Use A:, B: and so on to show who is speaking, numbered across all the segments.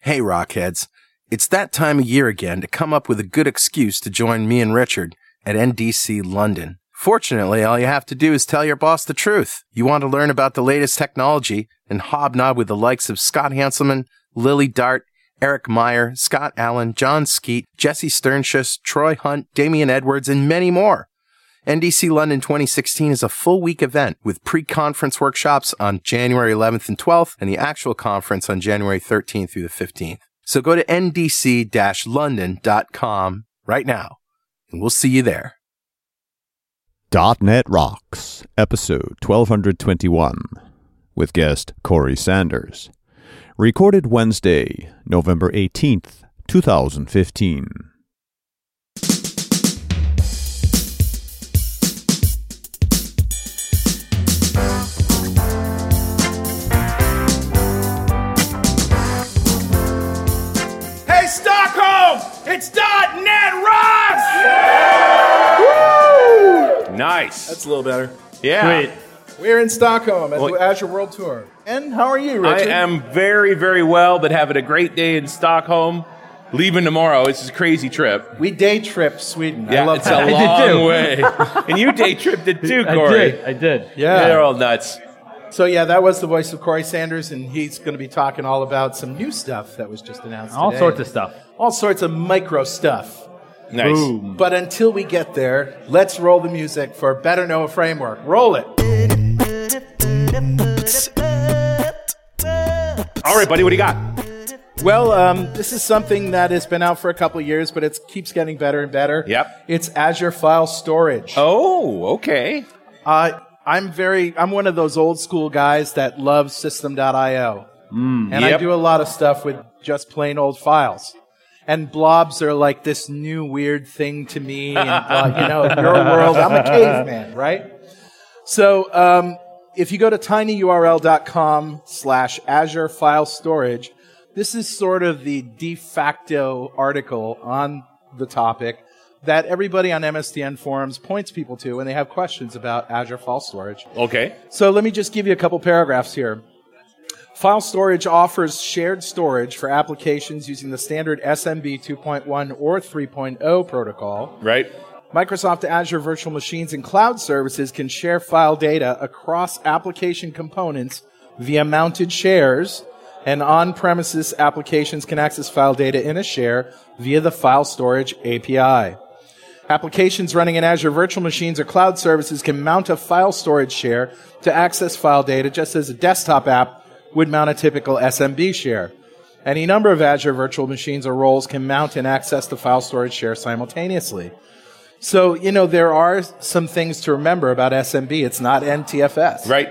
A: Hey, Rockheads. It's that time of year again to come up with a good excuse to join me and Richard at NDC London. Fortunately, all you have to do is tell your boss the truth. You want to learn about the latest technology and hobnob with the likes of Scott Hanselman, Lily Dart, Eric Meyer, Scott Allen, John Skeet, Jesse Sternschuss, Troy Hunt, Damian Edwards, and many more. NDC London 2016 is a full week event with pre-conference workshops on January 11th and 12th and the actual conference on January 13th through the 15th. So go to ndc-london.com right now and we'll see you there.
B: .NET Rocks, episode 1221, with guest Corey Sanders. Recorded Wednesday, November 18th, 2015.
C: Hey, Stockholm! It's .NET Rocks! Woo! Nice.
D: That's a little better.
C: yeah.
D: We're in Stockholm at
C: Well-
D: the Azure World Tour. And how are you,
C: I
D: Richard?
C: am very, very well, but having a great day in Stockholm. Leaving tomorrow. It's just a crazy trip.
D: We day trip Sweden.
C: Yeah,
D: I love
C: it's
D: that.
C: a
E: did
C: long
E: too.
C: way. and you day tripped it too,
E: I
C: Corey.
E: did. I did.
D: Yeah.
C: They're all nuts.
D: So yeah, that was the voice of Corey Sanders, and he's going to be talking all about some new stuff that was just announced.
E: All
D: today.
E: sorts of stuff.
D: all sorts of micro stuff.
C: Nice.
D: But until we get there, let's roll the music for Better Know a Framework. Roll it.
C: All right, buddy, what do you got?
D: Well, um, this is something that has been out for a couple of years, but it keeps getting better and better.
C: Yep.
D: It's Azure File Storage.
C: Oh, okay.
D: Uh, I'm very, I'm one of those old school guys that loves system.io. and I
C: Mm, Yep.
D: do a lot of stuff with just plain old files. And blobs are like this new weird thing to me. And blo- you know, your world, I'm a caveman, right? So, um, if you go to tinyurl.com slash Azure file storage, this is sort of the de facto article on the topic that everybody on MSDN forums points people to when they have questions about Azure file storage.
C: Okay.
D: So let me just give you a couple paragraphs here. File storage offers shared storage for applications using the standard SMB 2.1 or 3.0 protocol.
C: Right.
D: Microsoft Azure virtual machines and cloud services can share file data across application components via mounted shares, and on premises applications can access file data in a share via the file storage API. Applications running in Azure virtual machines or cloud services can mount a file storage share to access file data just as a desktop app would mount a typical SMB share. Any number of Azure virtual machines or roles can mount and access the file storage share simultaneously. So, you know, there are some things to remember about SMB. It's not NTFS.
C: Right.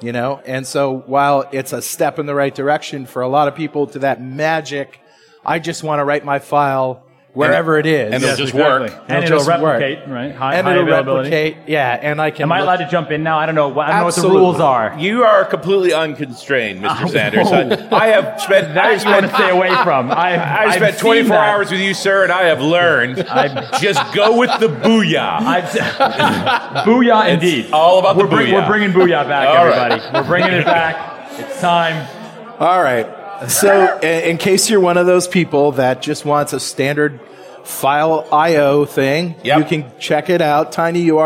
D: You know, and so while it's a step in the right direction for a lot of people to that magic, I just want to write my file wherever it is.
C: And it'll just
E: Exactly.
C: work.
E: And
D: It'll
E: it'll,
D: just
E: replicate, right? High,
D: and
E: high
D: it'll
E: availability.
D: replicate. Yeah, and I can.
E: Am I
D: look-
E: allowed to jump in now? I don't know. I don't
D: Absolutely.
E: know what the rules are.
C: You are completely unconstrained,
D: Oh.
C: Mr. Sanders. I, I have spent I have
E: That you want
C: spent
E: to stay away from. I,
C: I
E: I've
C: spent
E: seen
C: 24
E: that.
C: hours with you, sir, and I have learned.
E: I've-
C: just go with the booyah.
E: I've se- booyah, indeed.
C: all about the
E: we're bring-
C: booyah.
E: We're bringing booyah back,
C: All right.
E: everybody. We're bringing it back. It's time.
D: All right. So, in, in case you're one of those people that just wants a standard file IO thing,
C: Yep.
D: you can check it out,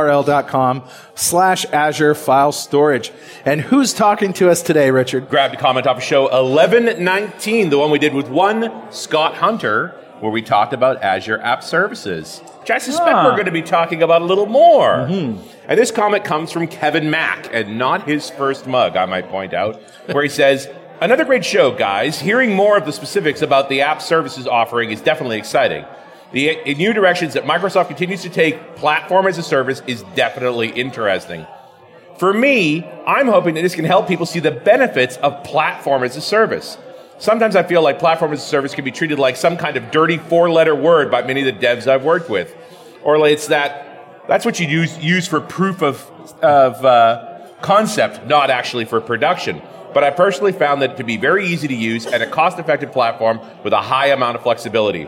D: tinyurl.com slash Azure file storage. And who's talking to us today, Richard?
C: Grabbed a comment off of show 1119, the one we did with one Scott Hunter, where we talked about Azure App Services, which I suspect
E: Huh.
C: we're going to be talking about a little more. And this comment comes from Kevin Mack, and not his first mug, I might point out, where he says, Another great show, guys. Hearing more of the specifics about the app services offering is definitely exciting. The uh, new directions that Microsoft continues to take platform as a service is definitely interesting. For me, I'm hoping that this can help people see the benefits of platform as a service. Sometimes I feel like platform as a service can be treated like some kind of dirty four letter word by many of the devs I've worked with. Or like it's that, that's what you use, use for proof of, of uh, concept, not actually for production. But I personally found that to be very easy to use and a cost effective platform with a high amount of flexibility.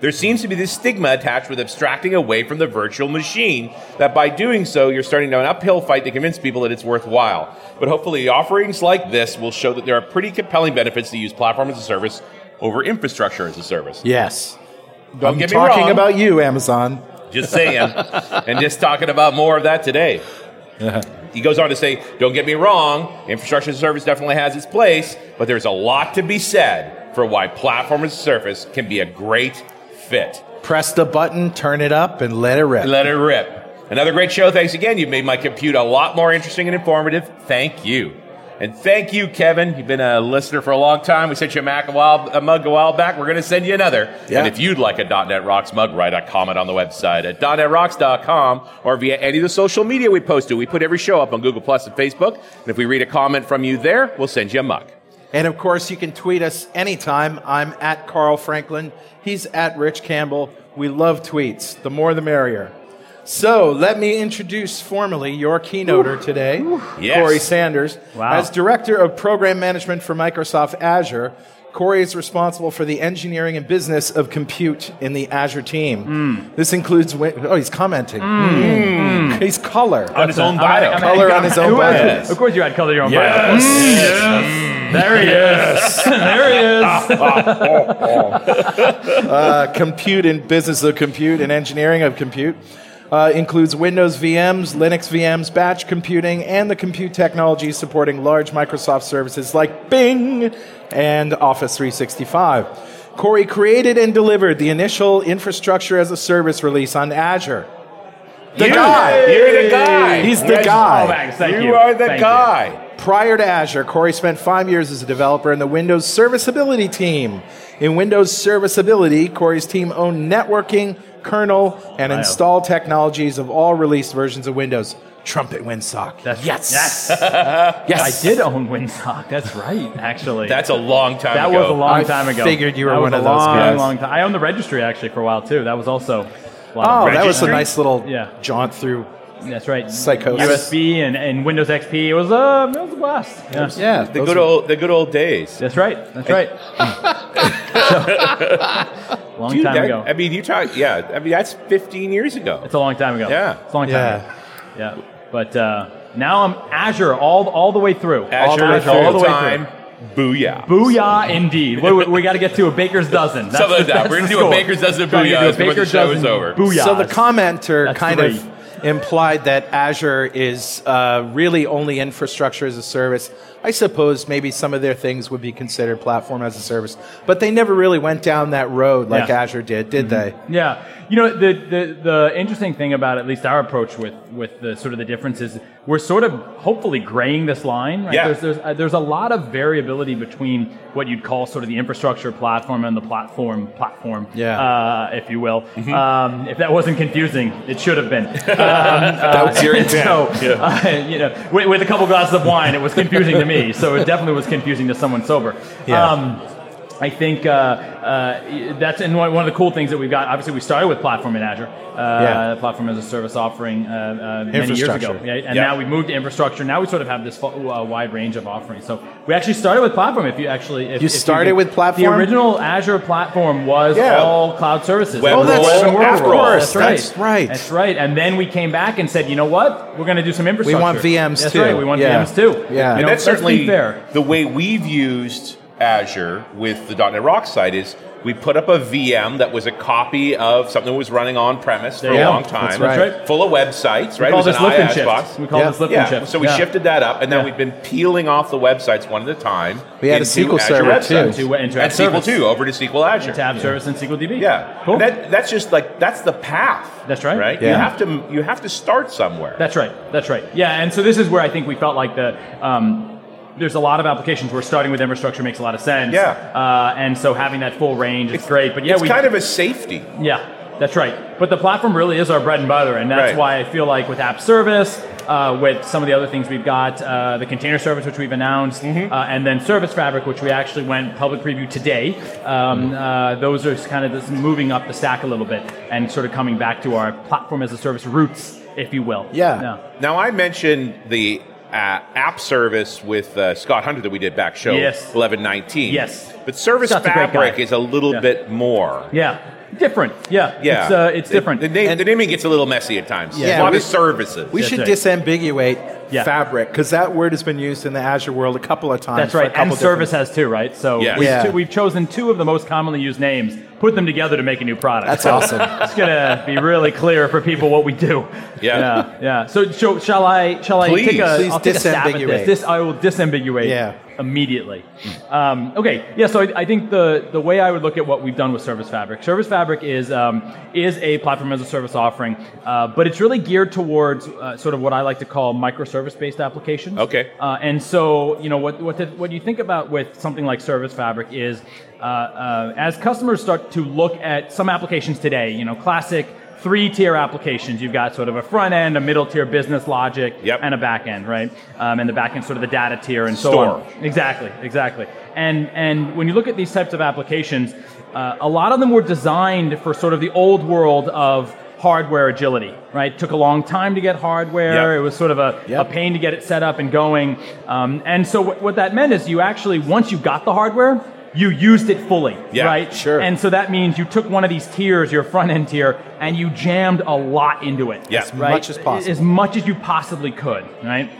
C: There seems to be this stigma attached with abstracting away from the virtual machine that by doing so, you're starting an uphill fight to convince people that it's worthwhile. But hopefully, offerings like this will show that there are pretty compelling benefits to use platform as a service over infrastructure as a service.
D: Yes.
C: Don't
D: I'm
C: get me
D: talking
C: wrong.
D: about you, Amazon.
C: Just saying. and just talking about more of that today. he goes on to say, don't get me wrong, infrastructure as a service definitely has its place, but there's a lot to be said for why platform as a service can be a great fit.
D: Press the button, turn it up, and let it rip.
C: Let it rip. Another great show. Thanks again. You've made my compute a lot more interesting and informative. Thank you. And thank you, Kevin. You've been a listener for a long time. We sent you a, Mac a, while, a mug a while back. We're going to send you another.
D: Yeah.
C: And if you'd like a .NET Rocks mug, write a comment on the website at .NETRocks.com or via any of the social media we post to. We put every show up on Google Plus and Facebook. And if we read a comment from you there, we'll send you a mug.
D: And of course, you can tweet us anytime. I'm at Carl Franklin. He's at Rich Campbell. We love tweets. The more the merrier. So let me introduce formally your keynoter today,
C: Yes.
D: Corey Sanders.
E: Wow.
D: As Director of Program Management for Microsoft Azure, Corey is responsible for the engineering and business of compute in the Azure team. This includes, win- oh, he's commenting. Hmm. He's color.
C: On his own bio.
E: I'm- I'm-
D: Color on his own
E: Who asked-
C: bias.
E: Of course, you had color your own
C: Yes.
E: bias. There he is. there
C: Ah.
E: he is.
D: uh, compute and business of compute and engineering of compute uh, includes Windows VMs, Linux VMs, batch computing, and the compute technologies supporting large Microsoft services like Bing and Office 365. Corey created and delivered the initial infrastructure as a service release on Azure. The
C: You-
D: guy.
C: You're the guy.
D: He's the
C: Yes.
D: guy.
E: Oh, thanks. Thank you.
C: You are the
E: Thank you.
C: guy.
D: Prior to Azure, Corey spent five years as a developer in the Windows Serviceability team. In Windows Serviceability, Corey's team owned networking, kernel, and install technologies of all released versions of Windows. Trumpet Windsock.
E: That's-
D: yes.
E: Yes.
D: Yes.
E: I did own Windsock. That's right, actually.
C: That's a long time
E: that
C: ago.
E: was a long
D: I
E: time ago.
D: figured you were
E: That was
D: one
E: a
D: of those
E: long,
D: guys.
E: Long time. I owned the registry actually for a while too. That was also. a lot
D: Oh,
E: of-
D: that was a
C: Registry?
D: nice little
E: Yeah.
D: jaunt through.
E: that's right.
D: Psychosis.
E: USB and, and Windows XP. It was uh, it was a blast. Yeah.
D: Yeah.
C: The good old, the good old days.
E: That's right. That's right. long
C: Dude,
E: time
C: that-
E: ago.
C: I mean, you talk. Yeah, I mean that's 15 years ago.
E: It's a long time ago.
C: Yeah.
E: It's a long time
D: Yeah.
E: ago. Yeah. But uh, now I'm Azure all, all the way through. all
C: Azure
E: the way through. All the way
C: time. Booyah!
E: through. Booyah, indeed. What, we we got to get to a baker's dozen. That's
C: Something
E: the,
C: like that.
E: that's
C: We're gonna
E: the
C: do a
E: score.
C: baker's dozen
E: Trying to do
C: booyahs
E: a
C: before the
E: baker's
C: show is
E: dozen
C: over.
E: Booyahs.
D: So the commenter
E: That's
D: kind
E: three.
D: of implied that Azure is uh, really only infrastructure as a service. I suppose maybe some of their things would be considered platform as a service, but they never really went down that road like
E: Yeah. Mm-hmm.
D: Azure did, did they?
E: Yeah, you know the, the the interesting thing about at least our approach with with the sort of the difference is we're sort of hopefully graying this line. Right?
C: Yeah.
E: There's there's, uh, there's a lot of variability between what you'd call sort of the infrastructure platform and the platform platform,
D: Yeah. Mm-hmm.
E: uh, if you will. Um, if that wasn't confusing, it should have been. Um,
D: was your intent.
E: So, uh, you know, with, with a couple glasses of wine, it was confusing to me. So it definitely was confusing to someone sober. Um,
D: Yeah.
E: I think uh, uh, that's and one one of the cool things that we've got. Obviously, we started with platform in Azure, uh,
D: Yeah.
E: platform as a service offering uh, uh, many years ago,
D: Infrastructure.
E: yeah, and
C: Yeah.
E: now we've moved to infrastructure. Now we sort of have this fu- uh, wide range of offerings. So we actually started with platform. If you actually, if,
D: You
E: if
D: started with platform?
E: The original Azure platform was
D: Yeah.
E: all cloud services.
C: Web
E: All
C: roll,
E: the
C: of
E: world roll.
D: course, that's
E: That's
D: right.
E: right. That's right. And then we came back and said, you know what? We're going to do some infrastructure.
D: want VMs
E: That's
D: too.
E: right. We want
D: Yeah.
E: VMs too. You
D: Yeah. And
E: know,
C: and that's
E: let's be
C: certainly
E: fair.
C: the way we've used Azure with the .NET Rock site is we put up a VM that was a copy of something that was running on premise for
E: There you
C: a
E: go.
C: long time,
E: That's right.
C: full of websites,
E: We
C: right?
E: call
C: it was
E: this
C: an
E: lift and
C: IaaS
E: shift.
C: box.
E: We call
D: Yeah.
E: this lift
C: yeah,
E: and shift.
C: so we
E: Yeah.
C: shifted that up, and then
E: Yeah.
C: we've been peeling off the websites one at a time.
D: We had a
C: into
D: SQL
C: Azure
D: server,
C: Web
D: too.
C: Service.
E: Into- into
C: and
E: Azure
C: SQL
E: Service.
C: two over to SQL Azure.
E: Tab service and SQL DB.
C: Yeah,
E: Cool.
C: And that, that's just like that's the path.
E: That's right.
C: Right. You
D: Yeah.
C: have to you have to start somewhere.
E: That's right. That's right. Yeah, and so this is where I think we felt like the. Um, there's a lot of applications where starting with infrastructure makes a lot of sense.
C: Yeah.
E: Uh, and so having that full range is great. But yeah,
C: it's
E: we
C: kind of a safety.
E: yeah, that's right. But the platform really is our bread and butter, and that's
C: Right.
E: why I feel like with app service, uh, with some of the other things we've got, uh, the container service which we've announced,
D: Mm-hmm.
E: uh, and then Service Fabric, which we actually went public preview today.
D: Mm-hmm.
E: Um, uh, those are kind of just moving up the stack a little bit and sort of coming back to our platform as a service roots, if you will.
D: Yeah.
C: Now I mentioned the uh, app service with uh, Scott Hunter that we did back show
E: Yes.
C: eleven nineteen.
E: Yes.
C: But Service
E: Scott's a great
C: Fabric
E: guy.
C: is a little
E: Yeah.
C: bit more.
E: Yeah, different. Yeah,
C: Yeah,
E: It's, uh, it's
C: The-
E: different.
C: The, name, the naming gets a little messy at times.
D: Yeah,
C: a lot
D: we-
C: of services.
D: We
E: That's
D: should
E: right.
D: disambiguate
E: Yeah.
D: fabric because that word has been used in the Azure world a couple of times.
E: That's
D: for a
E: right. And
D: couple
E: service
D: different-
E: has two, right? So
C: Yes.
E: we've,
D: Yeah.
E: two- we've chosen two of the most commonly used names, put them together to make a new product.
D: That's
E: So
D: awesome.
E: It's gonna be really clear for people what we do.
C: Yeah.
E: yeah. yeah. So, so shall I? Shall I
C: Please.
E: take a?
D: Please
E: I'll take a stab at
D: disambiguate.
E: this. this I will disambiguate
D: Yeah.
E: immediately. Um, okay, yeah. So I, I think the the way I would look at what we've done with Service Fabric, Service Fabric is um, is a platform as a service offering, uh, but it's really geared towards uh, sort of what I like to call microservice based applications.
C: Okay.
E: Uh, and so, you know, what what, the, what you think about with something like Service Fabric is, uh, uh, as customers start to look at some applications today, you know, classic three-tier applications. You've got sort of a front end, a middle-tier business logic,
C: Yep.
E: and a back end, right? Um, and the back end, sort of the data tier, and so
C: Store.
E: on. Exactly, exactly. And and when you look at these types of applications, uh, a lot of them were designed for sort of the old world of hardware agility, right? Took a long time to get hardware.
C: Yep.
E: It was sort of a,
D: Yep.
E: a pain to get it set up and going. Um, and so what, what that meant is you actually once you got the hardware. You used it fully,
C: Yeah,
E: right?
D: sure.
E: And so that means you took one of these tiers, your front end tier, and you jammed a lot into it.
C: Yeah. As
E: right?
D: much as possible.
E: As much as you possibly could, right?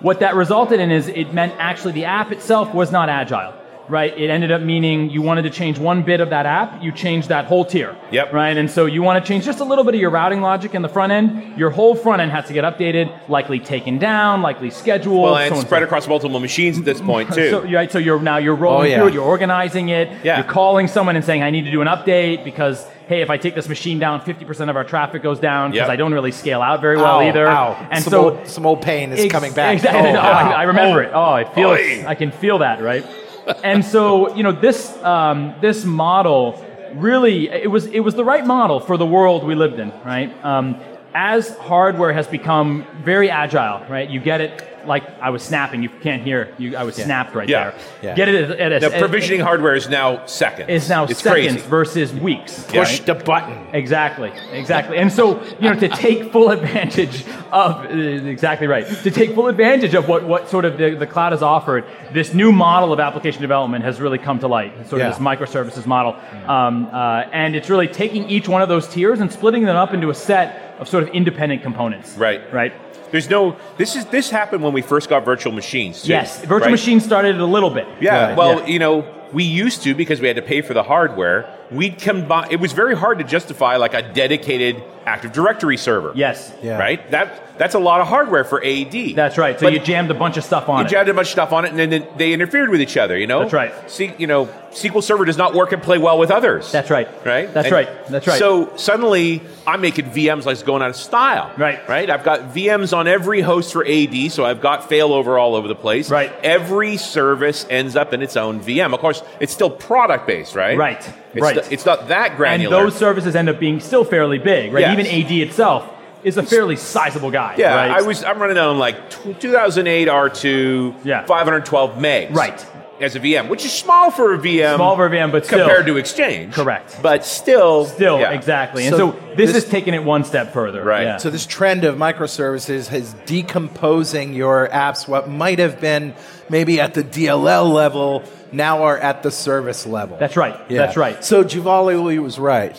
E: What that resulted in is it meant actually the app itself was not agile, right? It ended up meaning you wanted to change one bit of that app, you changed that whole tier.
C: Yep.
E: Right? And so you want to change just a little bit of your routing logic in the front end. Your whole front end has to get updated, likely taken down, likely scheduled.
C: well, and
E: so on
C: spread
E: so.
C: across multiple machines at this point too.
E: So, right, so you're now you're rolling
D: Oh, yeah.
E: through it, you're organizing it,
C: Yeah.
E: you're calling someone and saying, I need to do an update because hey, if I take this machine down, 50% of our traffic goes down because
C: Yep.
E: I don't really scale out very well
D: Ow,
E: either.
D: ow.
E: And
D: some
E: so
D: old, some old pain is
E: Ex-
D: coming back.
E: Exactly.
D: Oh,
E: No,
D: wow.
E: I, I remember it. Oh, it feels.
C: Oy.
E: I can feel that, right? And so, you know, this um, this model really it was it was the right model for the world we lived in, right? Um, as hardware has become very agile, right? You get it. Like I was snapping. You can't hear. You, I was snapped right
C: Yeah.
E: there.
D: Yeah.
E: Get it at, at a
C: the provisioning hardware is now seconds.
E: is now
C: it's
E: seconds
C: crazy.
E: versus weeks.
C: Yeah.
D: Push the button.
E: Exactly, exactly. And so, you know, to take full advantage of, exactly right, to take full advantage of what, what sort of the, the cloud has offered, this new model of application development has really come to light, sort
D: Yeah.
E: of this microservices model. Um, uh, and it's really taking each one of those tiers and splitting them up into a set of sort of independent components.
C: Right.
E: Right.
C: There's no. This is this happened when we first got virtual machines. Too,
E: Yes, virtual
C: right?
E: machines started it a little bit.
C: Yeah.
E: Right.
C: Well,
E: Yeah.
C: you know, we used to because we had to pay for the hardware. We'd combine. It was very hard to justify like a dedicated Active Directory server.
E: yes.
D: Yeah.
C: Right. That that's a lot of hardware for AD.
E: That's right. So
C: But
E: you jammed a bunch of stuff on
C: You
E: it.
C: jammed a bunch of stuff on it, and then- then they interfered with each other. You know,
E: That's right.
C: See, you know, SQL Server does not work and play well with others.
E: That's right.
C: Right.
E: That's
C: And
E: right. That's right.
C: So suddenly, I'm making VMs like it's going out of style.
E: Right.
C: Right. I've got VMs on every host for AD, so I've got failover all over the place.
E: Right.
C: Every service ends up in its own VM. Of course, it's still product based, right?
E: Right.
C: It's
E: Right.
C: not- it's not that
E: and
C: granular.
E: those services end up being still fairly big, right?
C: Yes.
E: Even AD itself is a fairly sizable guy.
C: Yeah,
E: right?
C: I was. I'm running on like tw- 2008 R2,
E: Yeah.
C: 512 megs,
E: Right.
C: As a VM, which is small for a VM,
E: Small for a VM, but still.
C: compared to Exchange,
E: Correct.
C: But still,
E: still
C: yeah.
E: exactly. And
D: So
E: so, this,
D: this-
E: is taking it one step further,
C: Right.
E: Yeah.
D: So this trend of microservices is decomposing your apps. What might have been maybe at the DLL level now are at the service level.
E: that's right.
D: Yeah.
E: That's right.
D: So Juvali was right.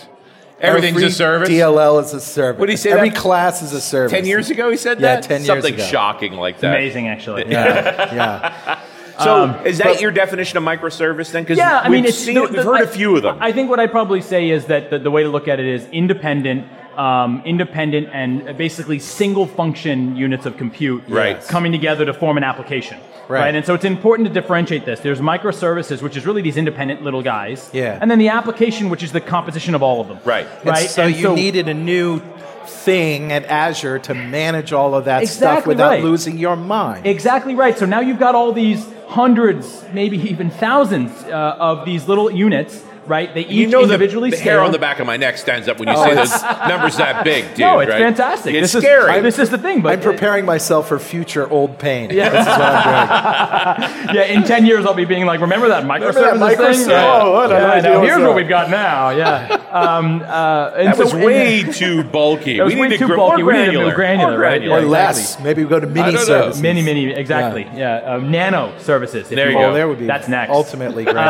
C: Everything's
D: Every
C: a service.
D: DLL is a service.
C: What did he say
D: Every
C: that-
D: class is a service.
C: Ten years ago, he said
D: Yeah,
C: that.
D: 10 years
C: Something
D: ago.
C: shocking like that.
E: Amazing, actually.
D: Yeah, yeah.
C: So, is that your definition of microservice then? Because
E: Yeah, I
C: we've
E: mean, it's,
C: seen
E: the-
C: it, we've
E: the-
C: heard
E: I-
C: a few of them.
E: I think what I'd probably say is that the, the way to look at it is independent, um, independent, and basically single function units of compute
C: Right.
E: coming together to form an application.
D: Right.
E: And so it's important to differentiate this. There's microservices, which is really these independent little guys.
D: Yeah.
E: And then the application, which is the composition of all of them.
C: Right.
E: Right.
C: And
D: And so
E: And
D: you needed a new thing at Azure to manage all of that stuff
E: Exactly
D: without
E: right.
D: losing your mind.
E: Exactly right. So now you've got all these hundreds, maybe even thousands uh, of these little units right? They each
C: You know the,
E: individually
C: the
E: scale.
C: hair on the back of my neck stands up when you
E: Oh,
C: say
E: it's-
C: those numbers that big, dude.
E: no, it's
C: right?
E: fantastic.
C: It's
E: this
C: scary.
E: Is, this is the thing, but
D: I'm preparing myself for future old pain.
E: Yeah.
D: This is what I'm doing.
E: yeah, in ten years I'll be being like, remember that microservices
D: that
E: thing?
D: microservice? Oh, what an
E: Yeah,
D: idea
E: now here's
D: was
E: what
D: that?
E: we've got now. Yeah, um, uh, and
C: that
E: so
C: was
E: in-
C: way too bulky.
E: That was
C: we need
E: way
C: to
E: too
C: gr-
E: bulky.
C: More
E: We need to
C: granular.
E: move granular,
C: More
E: right?
C: granular.
E: Yeah.
D: Or less. Maybe we go to mini
C: know.
D: services.
E: Mini, mini, exactly. Yeah, Um, nano services. if
C: There
E: you
C: you
E: will.
C: go.
D: Well, there would be
E: That's next.
D: Ultimately, granular.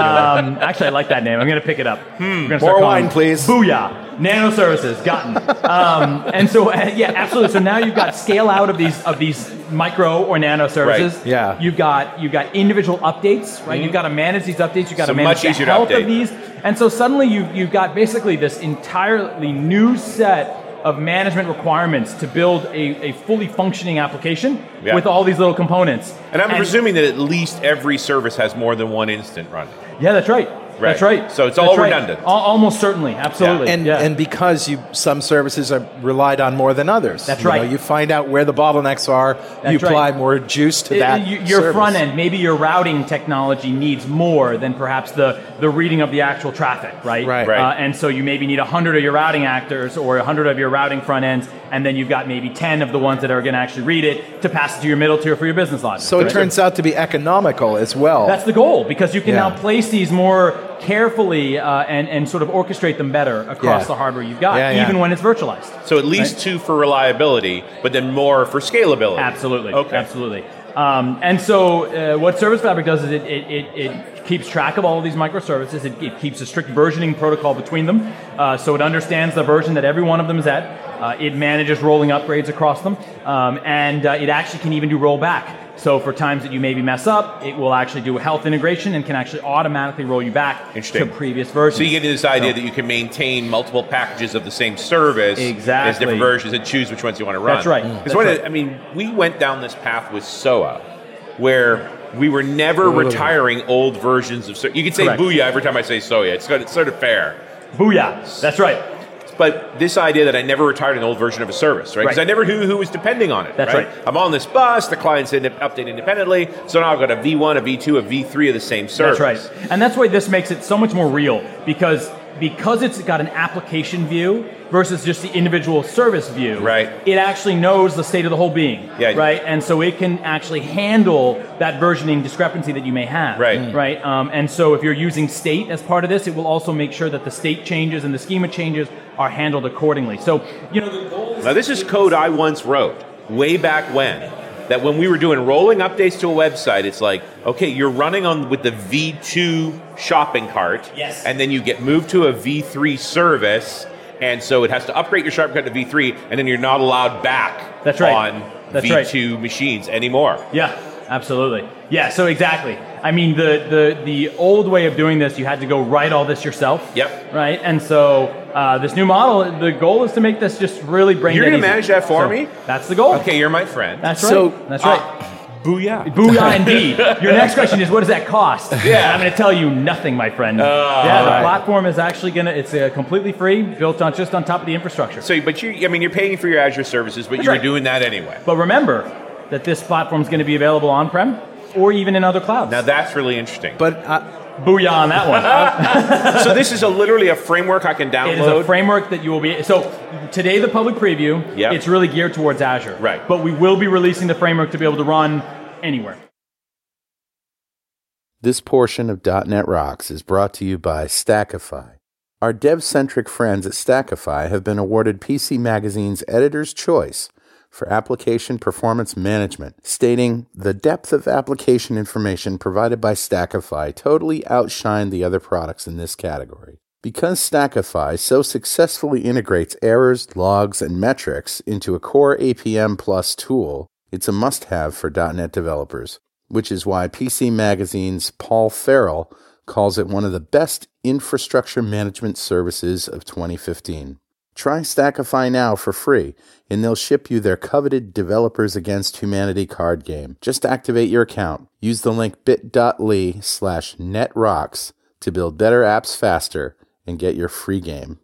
E: Um, actually, I like that name. I'm going to pick it up.
C: Hmm.
E: We're gonna
D: More
E: start calling
D: wine,
E: it
D: please.
E: Booyah. Nano services. Gotten. Um, and so, uh, yeah, absolutely. So now you've got scale out of these of these micro or nano services.
C: Right. Hmm.
D: Yeah.
E: You've got you've got individual updates, right? You've got to manage these updates. You've got
C: So
E: to manage
C: much
E: the
C: easier to
E: health of
C: update.
E: these. And so suddenly you you've got basically this entirely new set of management requirements to build a, a fully functioning application
C: Yeah.
E: with all these little components.
C: And I'm presuming that at least every service has more than one instant running.
E: Yeah, that's right. That's
C: Right.
E: right.
C: So it's
E: That's
C: all
E: right.
C: redundant.
E: Al- almost certainly, absolutely.
D: and
E: yeah.
D: and because you some services are relied on more than others.
E: That's
D: You know,
E: right.
D: you find out where the bottlenecks are. you
E: That's right.
D: apply more juice to
E: It-
D: that.
E: you- your
D: service.
E: front end, maybe your routing technology needs more than perhaps the, the reading of the actual traffic, right?
D: Right.
C: Right.
E: Uh, and so you maybe need 100 of your routing actors or 100 of your routing front ends, and then you've got maybe 10 of the ones that are going to actually read it to pass it to your middle tier for your business logic.
D: So it turns out to be economical as well.
E: That's the goal because you can
D: Yeah.
E: now place these more carefully uh, and, and sort of orchestrate them better across
D: Yeah.
E: the hardware you've got,
D: Yeah, yeah.
E: even when it's virtualized.
C: So at least two for reliability, but then more for scalability.
E: Absolutely.
C: Okay.
E: Absolutely. Um, and so, uh, what Service Fabric does is it, it, it, it keeps track of all of these microservices. It, it keeps a strict versioning protocol between them, uh, so it understands the version that every one of them is at. Uh, it manages rolling upgrades across them, um, and uh, it actually can even do rollback. So, for times that you maybe mess up, it will actually do a health integration and can actually automatically roll you back to
C: Interesting.
E: previous versions.
C: So you get into this idea that you can maintain multiple packages of the same service as
E: Exactly.
C: different versions and choose which ones you want to run.
E: That's right.
C: Because
E: That's
C: one of-
E: right.
C: I mean, we went down this path with SOA, where we were never retiring old versions of. ser- You could say
E: Correct.
C: "booyah" every time I say SOA. It's, got- it's sort of fair.
E: Booyah! That's right.
C: But this idea that I never retired an old version of a service, right? Because
E: Right.
C: I never knew who was depending on it.
E: That's right.
C: I'm on this bus. The clients ind- update independently. So now I've got a V1, a V2, a V3 of the same service.
E: That's right. And that's why this makes it so much more real because because it's got an application view versus just the individual service view.
C: Right.
E: It actually knows the state of the whole being.
C: Yeah.
E: Right. And so it can actually handle that versioning discrepancy that you may have.
C: Right. Mm.
E: Right. Um, and so if you're using state as part of this, it will also make sure that the state changes and the schema changes are handled accordingly. So you know the goal is
C: Now, this is code I once wrote way back when. That when we were doing rolling updates to a website, it's like, okay, you're running on with the V2 shopping cart,
E: Yes.
C: and then you get moved to a V3 service, and so it has to upgrade your shopping cart to V3, and then you're not allowed back
E: That's right.
C: on
E: That's
C: V2 machines anymore.
E: Yeah, absolutely. Yeah, so exactly. I mean, the, the, the old way of doing this, you had to go write all this yourself.
C: Yep.
E: Right? And so uh, this new model, the goal is to make this just really brain
C: You're
E: dead
C: gonna
E: easy.
C: manage that for
E: So
C: me?
E: That's the goal.
C: Okay, uh, you're my friend. Ah,
E: That's right.
D: So,
E: That's right.
C: Booyah.
E: Booyah indeed. Your next question is, what does that cost? Yeah. I'm going to tell you nothing, my friend.
C: Uh,
E: yeah, the platform is actually going to, it's uh, completely free, built on just on top of the infrastructure.
C: So, but you, I mean, you're paying for your Azure services, but
E: That's
C: you were
E: right.
C: doing that anyway.
E: but remember that this platform is going to be available on-prem or even in other clouds.
C: Now that's really interesting.
D: but uh,
E: Booyah on that one.
C: so this is a literally a framework I can download.
E: It is a framework that you will be. So today, the public preview.
C: Yep.
E: It's really geared towards Azure.
C: Right.
E: But we will be releasing the framework to be able to run anywhere.
F: This portion of .NET Rocks is brought to you by Stackify. Our dev-centric friends at Stackify have been awarded PC Magazine's Editor's Choice for application performance management, stating the depth of application information provided by Stackify totally outshined the other products in this category. Because Stackify so successfully integrates errors, logs, and metrics into a core APM Plus tool, it's a must-have for .NET developers which is why PC Magazine's Paul Farrell calls it one of the best infrastructure management services of 2015. Try Stackify now for free, and they'll ship you their coveted Developers Against Humanity card game. Just activate your account. Use the link bit.ly slash netrocks to build better apps faster and get your free game.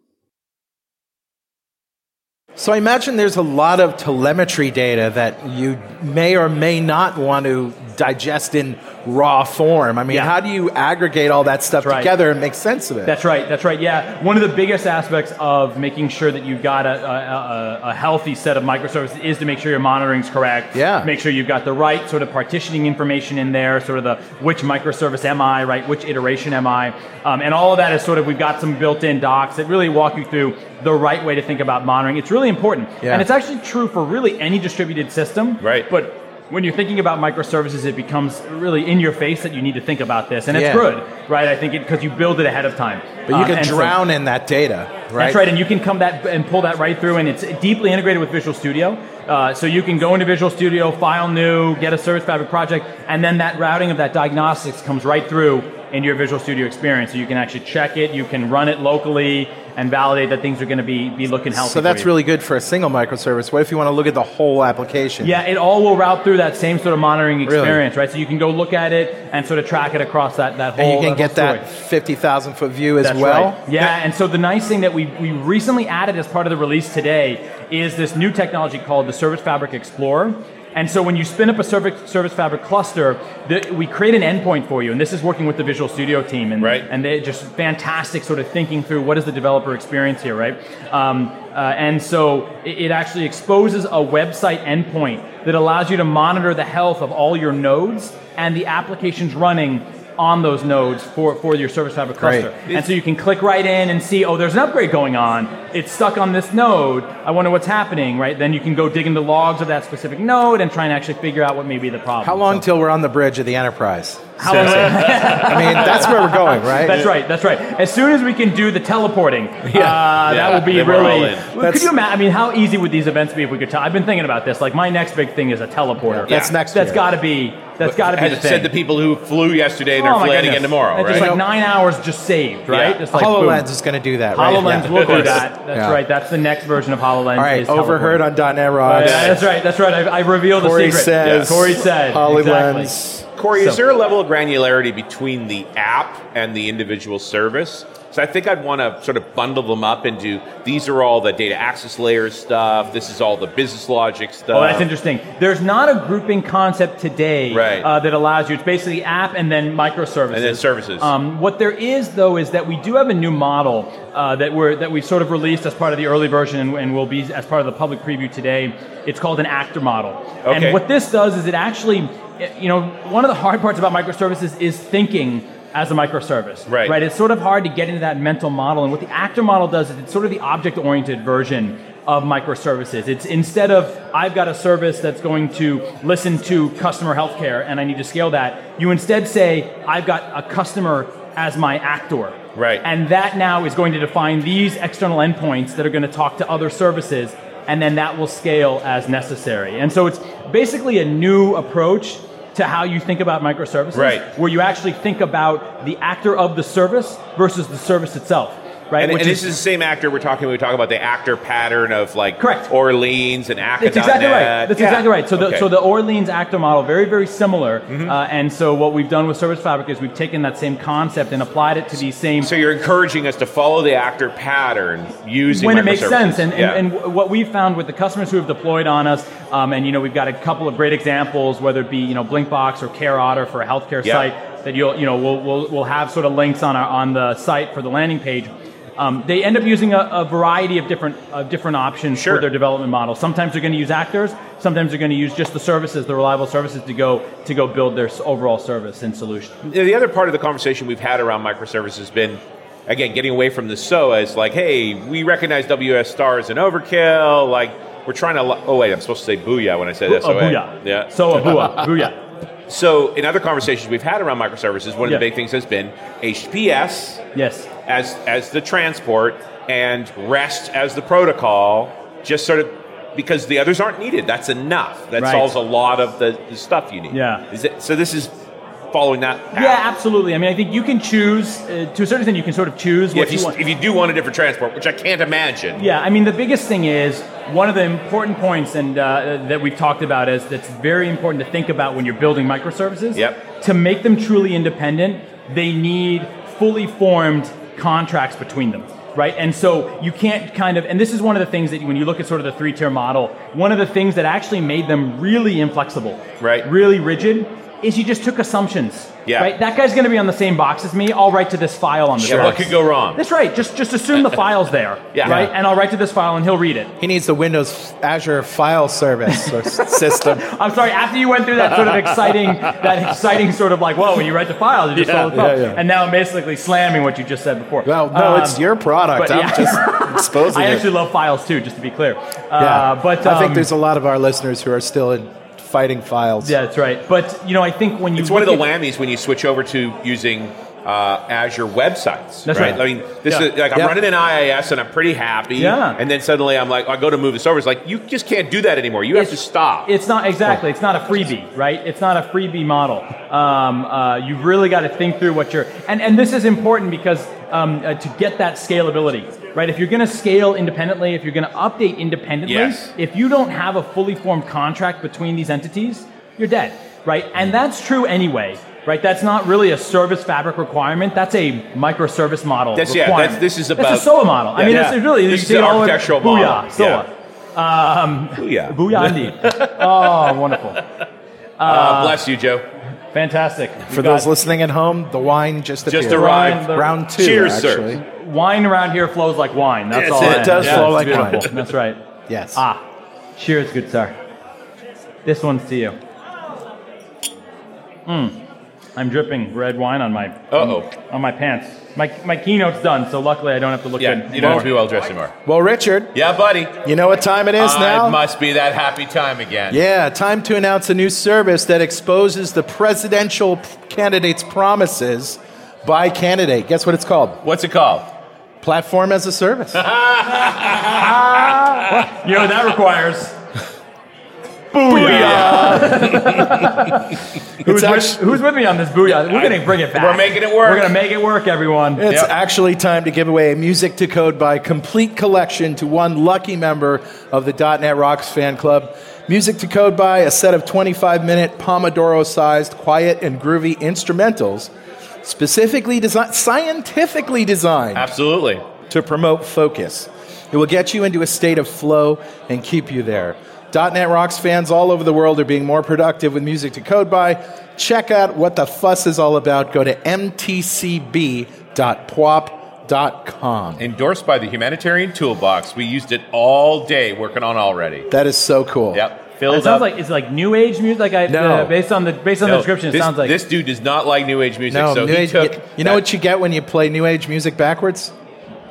D: So I imagine there's a lot of telemetry data that you may or may not want to digest in raw form. I mean,
E: Yeah.
D: how do you aggregate all that stuff
E: That's right.
D: together and make sense of it?
E: That's right. That's right. Yeah. One of the biggest aspects of making sure that you've got a, a, a- a healthy set of microservices is to make sure your monitoring's correct.
D: Yeah.
E: Make sure you've got the right sort of partitioning information in there, sort of the which microservice am I, right? Which iteration am I? Um, and all of that is sort of, we've got some built in docs that really walk you through the right way to think about monitoring. It's really important.
D: Yeah.
E: And it's actually true for really any distributed system.
C: Right.
E: But when you're thinking about microservices, it becomes really in your face that you need to think about this. And it's
D: Yeah.
E: good right? I think because you build it ahead of time.
D: but you
E: Um,
D: can
E: and so-
D: drown in that data, right?
E: That's right, and you can come that and pull that right through, and it's deeply integrated with Visual Studio. Uh, so you can go into Visual Studio, file new, get a Service Fabric project, and then that routing of that diagnostics comes right through into your Visual Studio experience. So you can actually check it, you can run it locally, and validate that things are going to be be looking healthy.
D: So
E: for
D: that's
E: you.
D: really good for a single microservice. What if you want to look at the whole application?
E: Yeah, it all will route through that same sort of monitoring experience, right? So you can go look at it and sort of track it across that that whole.
D: And you can
E: whole
D: get that
E: story.
D: 50,000 foot view as
E: That's
D: well.
E: right. Yeah, and so the nice thing that we, we recently added as part of the release today is this new technology called the Service Fabric Explorer. And so when you spin up a Service, Service Fabric cluster, the, we create an endpoint for you. And this is working with the Visual Studio team. And,
C: Right.
E: and they just fantastic sort of thinking through what is the developer experience here, right? Um, uh, and so it, it actually exposes a website endpoint that allows you to monitor the health of all your nodes and the applications running on those nodes for, for your Service Fabric
D: Great.
E: cluster. And so you can click right in and see, oh, there's an upgrade going on. It's stuck on this node. I wonder what's happening, right? Then you can go dig into logs of that specific node and try and actually figure out what may be the problem.
D: How long till we're on the bridge of the enterprise?
E: How long-
D: I mean, that's where we're going, right?
E: That's right. That's right. As soon as we can do the teleporting, uh, that will be
C: then we're all
E: really.
C: in.
E: Could
D: That's-
E: you imagine? I mean, how easy would these events be if we could? Tell? I've been thinking about this. Like my next big thing is a teleporter.
D: Yeah, that's next
E: That's
D: year.
E: got to be. That's got to be
C: As
E: the
C: it
E: thing.
C: said the people who flew yesterday and
E: Oh
C: are
E: my
C: flying
E: goodness.
C: again tomorrow,
E: That's
C: right?
E: Just like nine hours just saved, right?
C: Yeah.
E: Just like boom.
D: HoloLens is going to do that, right?
E: Hololens
D: Yeah.
E: will do
C: Yes.
E: that. That's
D: Yeah.
E: right. That's the next version of Hololens.
D: All right,
E: is
D: overheard
E: teleporting.
D: on Don
E: Yeah,
D: Rods.
E: that's right. That's right. I, I revealed
D: Corey
E: the secret.
D: says,
E: Corey said.
D: HoloLens.
E: Exactly.
C: Corey, is
E: So-
C: there a level of granularity between the app and the individual service? So I think I'd want to sort of bundle them up into these are all the data access layer stuff. This is all the business logic stuff.
E: Oh, that's interesting. There's not a grouping concept today
C: Right.
E: uh, that allows you. It's basically app and then microservices.
C: And then services.
E: Um, what there is though is that we do have a new model uh, that we're that we sort of released as part of the early version and, and will be as part of the public preview today. It's called an actor model.
C: Okay.
E: And what this does is it actually, you know, one of the hard parts about microservices is thinking as a microservice.
C: Right.
E: Right. It's sort of hard to get into that mental model. And what the actor model does is it's sort of the object oriented version of microservices. It's instead of I've got a service that's going to listen to customer healthcare and I need to scale that, you instead say I've got a customer as my actor.
C: Right.
E: And that now is going to define these external endpoints that are going to talk to other services and then that will scale as necessary. And so it's basically a new approach to how you think about microservices
C: Right.
E: where you actually think about the actor of the service versus the service itself, right?
C: And,
E: Which
C: and this is the same actor we're talking. when We talk about the actor pattern of like
E: Correct.
C: Orleans and Academic.
E: that's exactly right. That's exactly right. So the, so the Orleans actor model, very, very similar.
C: Mm-hmm.
E: Uh, and so what we've done with Service Fabric is we've taken that same concept and applied it to these same
C: so you're encouraging us to follow the actor pattern using
E: when it makes
C: microservices.
E: sense. And,
C: Yeah.
E: and, and what we've found with the customers who have deployed on us, um, and you know, we've got a couple of great examples, whether it be you know Blinkbox or Care Otter for a healthcare
C: Yeah.
E: site that you'll you know we'll, we'll, we'll have sort of links on our on the site for the landing page. Um, they end up using a, a variety of different of different options
C: Sure.
E: for their development model. Sometimes they're going to use actors. Sometimes they're going to use just the services, the reliable services to go to go build their s- overall service and solution.
C: You know, the other part of the conversation we've had around microservices has been, again, getting away from the SOA is like, hey, we recognize WS star as an overkill. Like, we're trying to. lo- Oh, wait, I'm supposed to say booyah when I said
E: A
C: SOA.
E: booyah.
C: Yeah.
E: So a booyah. booyah.
C: So, in other conversations we've had around microservices, one of
E: Yeah.
C: the big things has been HPS
E: Yes.
C: as as the transport and REST as the protocol, just sort of because the others aren't needed. That's enough. That
E: Right.
C: solves a lot of the, the stuff you need.
E: Yeah.
C: Is it, so this is following that. Path.
E: Yeah, absolutely. I mean, I think you can choose uh, to a certain extent. You can sort of choose
C: Yeah,
E: what
C: if,
E: you
C: you,
E: want.
C: if you do want a different transport, which I can't imagine.
E: yeah, I mean, the biggest thing is one of the important points and uh, that we've talked about is that's very important to think about when you're building microservices.
C: Yep.
E: To make them truly independent, they need fully formed contracts between them. right? And so you can't kind of, and this is one of the things that when you look at sort of the three tier model, one of the things that actually made them really inflexible,
C: Right.
E: Really rigid. Is you just took assumptions,
C: Yeah.
E: right? That guy's going to be on the same box as me. I'll write to this file on the
C: Yeah, what could go wrong?
E: That's right. Just just assume the file's there,
C: Yeah.
E: right?
C: Yeah.
E: And I'll write to this file and he'll read it.
D: He needs the Windows Azure file service or s- system.
E: I'm sorry. After you went through that sort of exciting, that exciting sort of like, whoa, when you write the file, you just solve the problem.
D: yeah.
E: And now I'm basically slamming what you just said before.
D: Well, no,
E: Um,
D: it's your product.
E: but
D: I'm
E: yeah.
D: just exposing
E: I
D: it.
E: actually love files too, just to be clear.
D: Yeah.
E: Uh, but
D: I think
E: um,
D: there's a lot of our listeners who are still in fighting files.
E: yeah, that's right. But you know, I think when you
C: It's one of the
E: look at-
C: whammies when you switch over to using uh, Azure websites.
E: That's right.
C: I mean, this
E: Yeah.
C: is like I'm
D: Yeah.
C: running an IIS and I'm pretty happy.
E: Yeah.
C: And then suddenly I'm like, I go to move this over. It's like you just can't do that anymore. You have to stop.
E: It's not exactly. It's not a freebie, right? It's not a freebie model. Um, uh, you've really got to think through what you're. And and this is important because um, uh, to get that scalability, right? If you're going to scale independently, if you're going to update independently,
C: Yes.
E: if you don't have a fully formed contract between these entities, you're dead, right? And that's true anyway. Right, that's not really a service fabric requirement. That's a microservice model.
C: That's- yeah,
E: requirement.
C: that's- this is
E: That's
C: about-
E: a SOA model. I
C: Yeah.
E: mean,
C: Yeah.
E: that's it's really
C: This
E: you
C: is
E: see
C: an
E: it all over-
C: architectural
E: Booyah,
C: model.
E: SOA.
C: Yeah. Booyah.
E: Booyah indeed. oh, wonderful.
C: Uh, bless you, Joe.
E: Fantastic.
D: For those listening at home, the wine just appeared.
C: Just arrived.
E: the-
D: Round two.
C: Cheers,
D: actually.
C: sir.
E: wine around here flows like wine. That's
C: Yes,
E: all.
C: it
E: am.
C: does
E: Yeah,
D: flow
E: it's
D: like
E: beautiful.
D: wine.
E: That's right.
D: Yes.
E: Ah, cheers, good sir. This one's to you. Mm. I'm dripping red wine on my
C: Uh-oh.
E: on my pants. My my keynote's done, so luckily I don't have to look
C: Yeah,
E: good.
C: you don't have to be
E: anymore.
C: well dressed anymore.
D: Well, Richard,
C: Yeah, buddy. Uh,
D: you know what time it is now?
C: It must be that happy time again.
D: Yeah, time to announce a new service that exposes the presidential p- candidate's promises by candidate. Guess what it's called?
C: What's it called?
D: Platform as a service.
E: You know what that requires.
D: It's
E: Who's,
D: actu-
E: with, who's with me on this booyah? We're
C: I-
E: gonna bring it back.
C: we're making it work.
E: We're gonna make it work, everyone.
D: It's
C: Yep.
D: actually time to give away a music to code by complete collection to one lucky member of the .NET Rocks fan club. Music to code by a set of 25-minute Pomodoro-sized, quiet and groovy instrumentals, specifically designed, scientifically designed
C: Absolutely.
D: to promote focus. It will get you into a state of flow and keep you there. .NET Rocks fans all over the world are being more productive with music to code by. Check out what the fuss is all about. Go to mtcb.pwop.com.
C: Endorsed by the Humanitarian Toolbox. We used it all day working on already.
D: That is so cool.
C: Yep.
E: It
C: Filled
E: sounds
C: up.
E: like it's like new age music. Like I
D: No.
E: uh, based on the based on
C: No,
E: the description, it
C: this,
E: sounds like
C: this dude does not like new age music.
D: No,
C: so
D: new
C: he
D: age,
C: took.
D: you, know what you get when you play new age music backwards?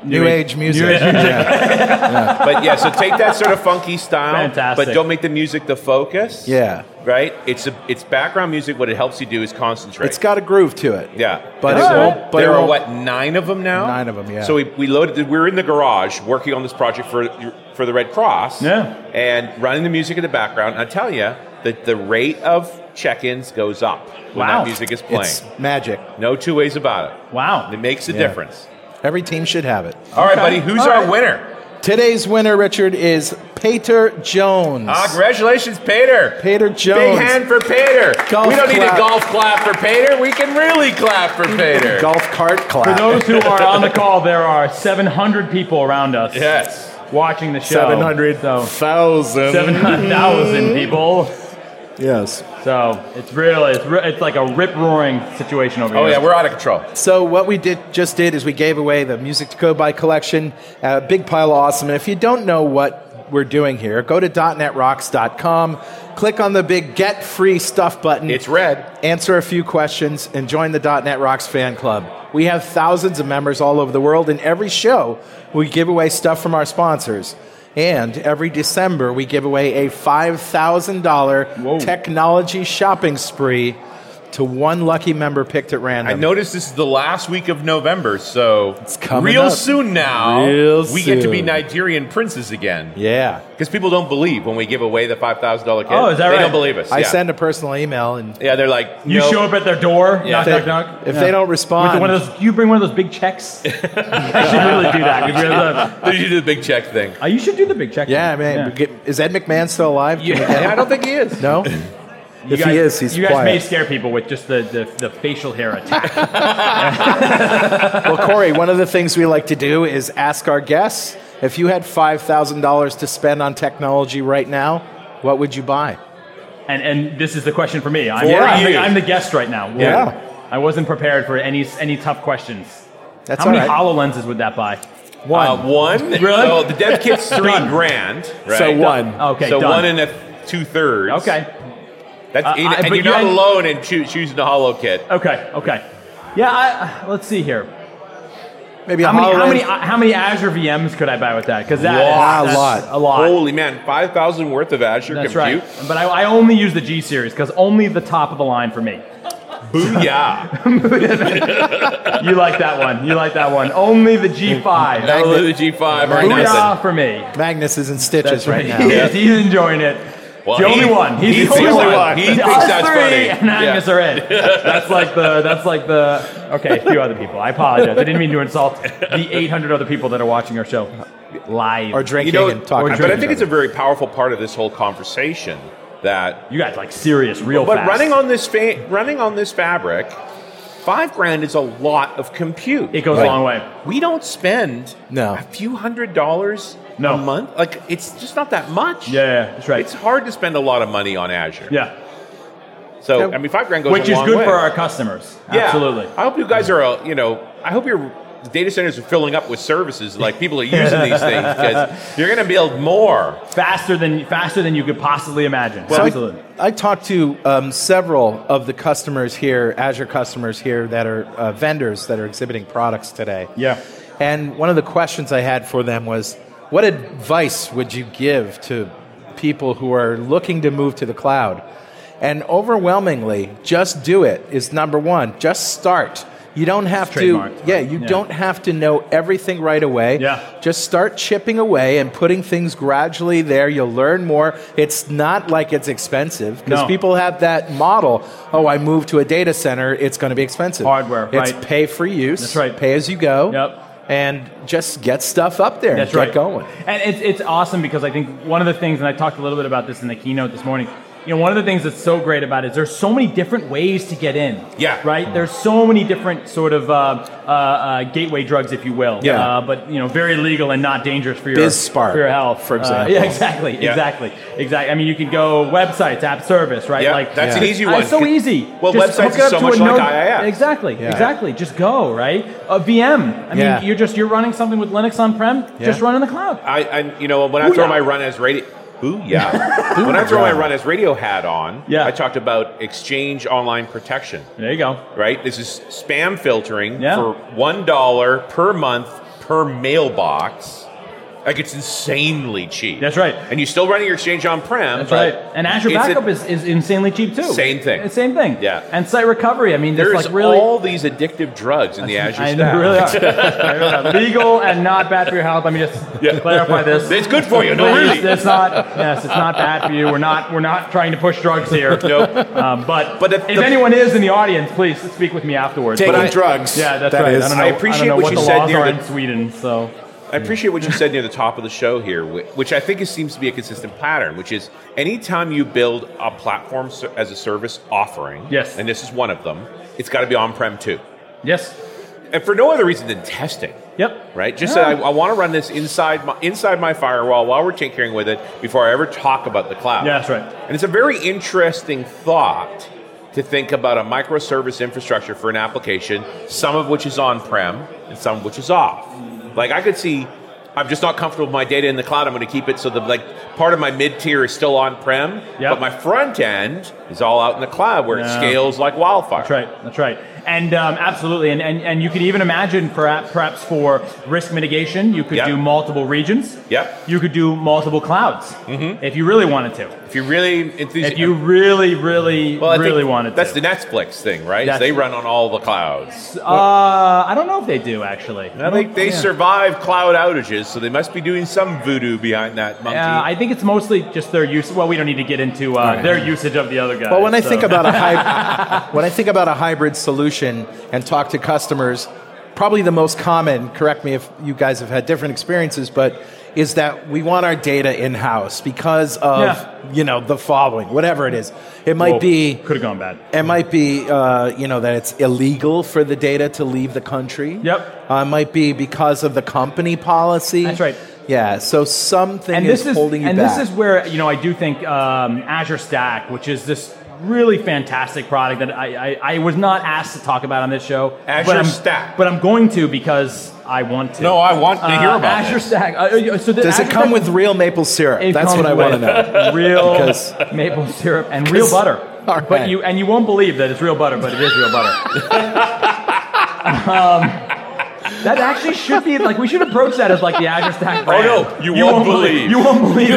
D: New,
E: age-
D: age, music.
E: new age
D: Yeah.
C: But yeah, so take that sort of funky style,
E: Fantastic.
C: but don't make the music the focus.
D: Yeah.
C: Right. It's a it's background music. What it helps you do is concentrate.
D: It's got a groove to it.
C: yeah.
D: But
C: And
D: it
C: so
D: won't- but
C: there
D: it
C: are
D: won't-
C: what nine of them now.
D: Nine of 'em, yeah.
C: So we, we loaded. We were in the garage working on this project for for the Red Cross.
E: Yeah.
C: And running the music in the background. I tell you that the rate of check-ins goes up when
E: Wow.
C: that music is playing.
D: It's magic.
C: no two ways about
E: wow.
C: it. It makes a
D: Yeah.
C: difference.
D: Every team should have it.
C: All right, buddy. Who's
E: All
C: our
E: right.
C: winner?
D: Today's winner, Richard, is Pater Jones.
C: Ah, congratulations, Pater.
D: Pater Jones.
C: Big hand for Pater.
D: Golf
C: we don't need a
D: clap.
C: golf clap for Pater. We can really clap for Pater.
D: Golf cart
E: For
D: clap.
E: those who are on the call, there are 700 people around us
C: Yes.
E: watching the show.
D: 700,000.
E: So 700,000 people.
D: Yes.
E: So it's really, it's, re- it's like a rip roaring situation over
C: Oh
E: here.
C: yeah, we're out of control.
D: So what we did just did is we gave away the Music to Code By collection, a big pile of awesome. And if you don't know what we're doing here, go to .netrocks.com, click on the big Get Free Stuff button.
C: It's red.
D: Answer a few questions and join the .NET Rocks fan club. We have thousands of members all over the world, and every show we give away stuff from our sponsors. And every December we give away a five thousand dollar technology shopping spree to one lucky member picked at random.
C: I noticed this is the last week of November, so it's
D: coming
C: real
D: up.
C: soon now.
D: Real
C: we get to be
D: soon.
C: Nigerian princes again.
D: Yeah.
C: Because people don't believe when we give away the five thousand dollar kit.
E: Oh, is that
C: they
E: right?
C: don't believe us.
D: I
C: yeah.
D: send a personal email and
C: Yeah, they're like,
E: you
C: no.
E: show up at their door,
C: Yeah.
E: knock,
D: If
E: knock,
D: they-
E: knock.
D: if they don't respond-
E: With one of those, you bring one of those big checks. I should really do that. We really love-
C: They should do the big check thing.
E: Oh, you should do the big check.
D: yeah, man. Get, is Ed McMahon still alive? Can we get
C: Yeah, I
D: him?
C: don't think he is.
D: No.
E: You
D: If he
E: guys,
D: is, he's
E: you guys may
D: quiet.
E: scare people with just the, the, the facial hair attack.
D: Well, Corey, one of the things we like to do is ask our guests if you had $5,000 to spend on technology right now, what would you buy?
E: and and this is the question for me. I'm,
C: For
E: I'm,
C: you.
E: the, I'm the guest right now. Well,
D: Yeah.
E: I wasn't prepared for any any tough questions.
D: That's
E: How
D: all
E: many
D: right.
E: Hololenses would that buy?
C: One. Uh, one.
E: Really?
C: So the dev kit's three
E: Done.
C: grand. Right?
G: So one.
E: Okay,
C: so
E: done.
C: one and a two thirds.
E: okay.
C: That's,
E: Uh,
C: and,
E: I-
C: and
E: but
C: you're not
E: you-
C: alone in choo- choosing the hollow kit.
E: Okay. Okay. Yeah. I, uh, let's see here.
D: Maybe a
E: How many, how
D: HoloLens-
E: many uh, how many Azure VMs could I buy with that? Because that
C: Wow,
E: that's
D: a lot.
E: a lot.
C: Holy man, five thousand worth of Azure
E: that's
C: compute.
E: right. But I, I only use the G series because only the top of the line for me.
C: Booyah!
E: You like that one. You like that one. Only the G5.
C: Download the G five or nothing.
E: Booyah for me.
D: Magnus is in stitches right
E: he
D: now.
E: is. He's enjoying it.
C: Well,
E: the only
C: he-
E: one. He's,
C: he's
E: the only one.
C: He thinks
E: Us
C: that's
E: three
C: funny.
E: And
C: Yeah.
E: Agnes are in. That's like the. That's like the. Okay, a few other people. I apologize. I didn't mean to insult the 800 other people that are watching our show live.
D: Or drinking
C: You know,
D: and talking.
E: or
D: to
C: but I
D: each
C: think it's
D: other.
C: a very powerful part of this whole conversation that.
E: You guys like serious, real.
C: But
E: fast.
C: running on this fa- running on this fabric, five grand is a lot of compute.
E: it goes a long way.
C: we don't spend
D: No.
C: a few hundred dollars
E: No.
C: a month. Like it's just not that much.
E: Yeah, that's right.
C: It's hard to spend a lot of money on Azure.
E: yeah,
C: So I mean, five grand goes
E: which
C: a
E: is
C: long
E: good
C: way.
E: for our customers.
C: Yeah.
E: Absolutely.
C: I hope you guys are, uh, you know, I hope your data centers are filling up with services like people are using these things because you're going to build more.
E: Faster than faster than you could possibly imagine.
D: So
E: absolutely.
D: I, I talked to um, several of the customers here, Azure customers here that are uh, vendors that are exhibiting products today.
E: Yeah.
D: And one of the questions I had for them was, what advice would you give to people who are looking to move to the cloud? And overwhelmingly, just do it is number one. Just start. You don't have
E: It's
D: to.
E: trademarked,
D: Yeah,
E: right?
D: you
E: Yeah.
D: don't have to know everything right away.
E: Yeah.
D: Just start chipping away and putting things gradually there. You'll learn more. It's not like it's expensive because
E: No.
D: people have that model. Oh, I move to a data center, it's going to be expensive.
E: Hardware,
D: It's
E: right.
D: pay for use.
E: That's right.
D: Pay as you go.
E: Yep.
D: And just get stuff up there
E: That's
D: and get
E: right.
D: going.
E: And it's, it's awesome because I think one of the things, and I talked a little bit about this in the keynote this morning. You know, one of the things that's so great about it is there's so many different ways to get in.
C: Yeah.
E: Right. There's so many different sort of uh, uh, uh, gateway drugs, if you will.
D: Yeah.
E: Uh, but you know, very legal and not dangerous for your
D: BizSpark,
E: for your health,
D: for
E: Uh,
D: example.
E: yeah, exactly,
C: Yeah.
E: exactly, exactly. I mean, you could go websites, app service, right?
C: Yeah,
E: like Uh,
C: that's an easy one.
E: It's so easy.
C: Well,
E: Just
C: websites
E: hook it
C: is
E: up
C: so
E: to
C: much
E: a
C: like
E: node-
C: IIF.
E: Exactly. Exactly. Just go right. A VM. I mean,
D: Yeah.
E: you're just you're running something with Linux on prem. Just run in the cloud.
C: I, I you know, when I throw
E: Booyah.
C: my run as radio, booyah. when I throw my run as radio hat on,
E: Yeah.
C: I talked about Exchange Online Protection.
E: There you go.
C: right? This is spam filtering
E: Yeah.
C: for one dollar per month per mailbox. Like it's insanely cheap.
E: That's right.
C: And you're still running your exchange on prem.
E: That's right. And Azure backup is, is insanely cheap too.
C: Same thing.
E: It's same thing.
C: Yeah.
E: And site recovery. I mean, there's
C: there's
E: like really.
C: all these addictive drugs in the Azure
E: I
C: stack.
E: really are. I really are. Legal and not bad for your health. Let me just
C: Yeah.
E: clarify this.
C: It's good for you. No,
E: Please,
C: really.
E: It's not. Yes, it's not bad for you. We're not. We're not trying to push drugs here.
C: Nope.
E: Um,
C: But
E: but but
C: if
E: if,
C: the-
E: anyone is in the audience, please speak with me afterwards.
G: Taking
E: But I-
G: drugs.
E: yeah, that's
G: that
E: right.
G: is.
E: I don't know.
C: I appreciate
E: don't know
C: what
E: what
C: you
E: the
C: said
E: laws
C: near
E: are
C: the-
E: in Sweden. So
C: I appreciate what you said near the top of the show here, whi- which I think is, seems to be a consistent pattern, which is anytime you build a platform ser- as a service offering,
E: Yes.
C: and this is one of them, it's got to be on prem too.
E: yes.
C: And for no other reason than testing.
E: Yep.
C: right? Just
E: Yeah.
C: that I, I want to run this inside my inside my firewall while we're tinkering with it before I ever talk about the cloud.
E: Yeah, that's right.
C: And it's a very interesting thought to think about a microservice infrastructure for an application, some of which is on-prem and some of which is off. Like I could see. I'm just not comfortable with my data in the cloud. I'm going to keep it so that like part of my mid tier is still on prem,
E: Yep.
C: but my front end is all out in the cloud where it
E: Yeah.
C: scales like wildfire.
E: That's right. That's right. And um, absolutely. And, and and you could even imagine perhaps perhaps for risk mitigation, you could
C: Yep.
E: do multiple regions.
C: Yep.
E: You could do multiple clouds
C: Mm-hmm.
E: if you really wanted to.
C: If you really enthusiastic,
E: If you really, really,
C: I
E: really
C: think
E: wanted
C: That's
E: to.
C: the Netflix thing, right?
E: That's-
C: they run on all the clouds.
E: uh, I don't know if they do actually.
C: I think they
E: Yeah.
C: survive cloud outages, so they must be doing some voodoo behind that monkey.
E: Uh, I think it's mostly just their use. Well, we don't need to get into uh, their usage of the other guy.
D: But when I think about a hybrid, when I think about a hybrid solution and talk to customers, probably the most common. Correct me if you guys have had different experiences, but is that we want our data in house because of
E: Yeah.
D: you know the following, whatever it is. It might
E: Whoa,
D: be
E: could have gone bad.
D: It might be, uh, you know, that it's illegal for the data to leave the country.
E: Yep.
D: Uh, it might be because of the company policy.
E: That's right.
D: Yeah. So something
E: and
D: is
E: this is
D: holding you
E: and
D: back.
E: this is where you know I do think um, Azure Stack, which is this really fantastic product that I, I, I was not asked to talk about on this show.
C: Azure
E: but I'm,
C: Stack.
E: but I'm going to because I want to.
C: No, I want to
E: Uh,
C: hear about
E: Azure
C: this.
E: Stack. uh, Uh, so the
D: Does
E: Azure
D: it come
E: Stack-
D: with real maple syrup?
E: it
D: That's
E: comes
D: what I want to
E: with
D: know.
E: Real
D: Because-
E: maple syrup and real butter.
D: All right.
E: But you and you won't believe that it's real butter, but it is real butter. Um, that actually should be like we should approach that as like the Azure Stack brand.
C: no, you won't believe.
E: You won't believe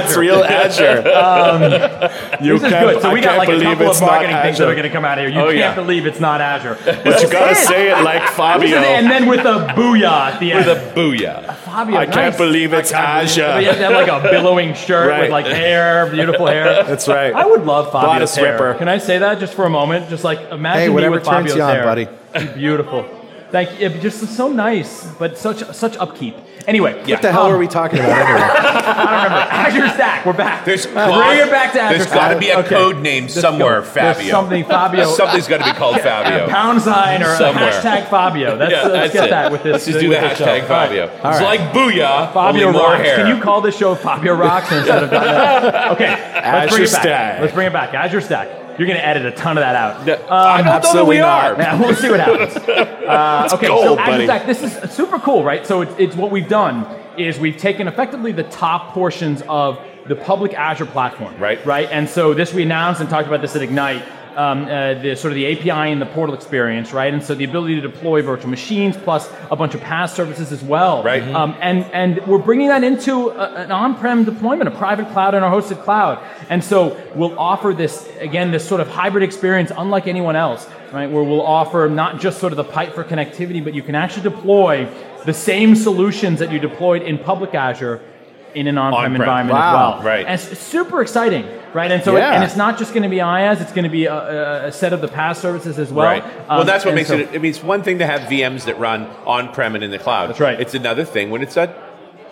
E: it's real Azure.
G: Azure.
E: you this
G: can't-
E: is good. So
G: I
E: we got
G: can't
E: like a
G: believe
E: couple
G: it's
E: of
G: not
E: marketing things
G: Azure.
E: that are going to come out of here. You
G: Oh,
E: can't
G: yeah.
E: believe it's not Azure.
G: but you gotta say it like
E: Listen, and
G: Fabio.
E: then with a booyah at the end.
C: With a booyah.
E: Fabio,
G: I can't
E: nice.
G: believe it's
E: But you have
G: Azure.
E: to have like a billowing shirt
G: Right.
E: with like hair, beautiful hair.
G: That's right.
E: I would love Fabio's
G: Bodice
E: hair.
G: ripper.
E: Can I say that just for a moment? Just like imagine
D: Hey,
E: me
D: whatever
E: with
D: turns
E: Fabio's
D: you on,
E: hair.
D: buddy.
E: It'd be beautiful. Thank you. It'd be just so nice, but such such upkeep. Anyway, yeah. Um,
D: What the hell are we talking about anyway?
E: I don't remember. Azure Stack, we're back.
C: There's
E: Uh, Bring it back to Azure
C: There's
E: Stack.
C: got to be a
E: Okay.
C: code name somewhere,
E: There's
C: Fabio.
E: something Fabio.
C: Something's got to be called Fabio.
E: A pound sign or
C: Somewhere.
E: a hashtag Fabio. That's,
C: Yeah,
E: let's
C: that's
E: get
C: it.
E: that with this.
C: Let's just do the
E: with this show.
C: hashtag Fabio.
E: All right.
C: It's like booyah,
E: Fabio
C: only more
E: Rocks.
C: hair.
E: Can you call this show Fabio Rocks instead of Okay, let's bring
G: Azure
E: it back.
G: Stack.
E: Let's bring it back. Azure Stack. You're going to edit a ton of that out. Um,
C: No, I don't know that we
D: absolutely not.
C: are.
E: Yeah, we'll see what happens. Uh, okay,
G: gold,
E: so
G: buddy.
E: Azure Stack, this is super cool, right? So it's, it's what we've done is we've taken effectively the top portions of the public Azure platform,
C: Right.
E: Right, and so this we announced and talked about this at Ignite. Um, uh, the sort of the API and the portal experience, right? And so the ability to deploy virtual machines plus a bunch of PaaS services as well,
C: Right.
E: Um, and and we're bringing that into a, an on-prem deployment, a private cloud and our hosted cloud. And so we'll offer this again, this sort of hybrid experience, unlike anyone else, right? Where we'll offer not just sort of the pipe for connectivity, but you can actually deploy the same solutions that you deployed in public Azure in an on-prem,
C: On-prem.
E: environment
D: Wow.
E: as well.
C: Right.
E: And it's super exciting, right? And so,
D: Yeah.
E: and it's not just going to be IaaS; it's going to be a- a, a set of the PaaS services as well.
C: Right. well,
E: Um,
C: that's what
E: and
C: makes
E: so-
C: it. I mean, it's one thing to have VMs that run on prem and in the cloud.
E: That's right.
C: It's another thing when it's a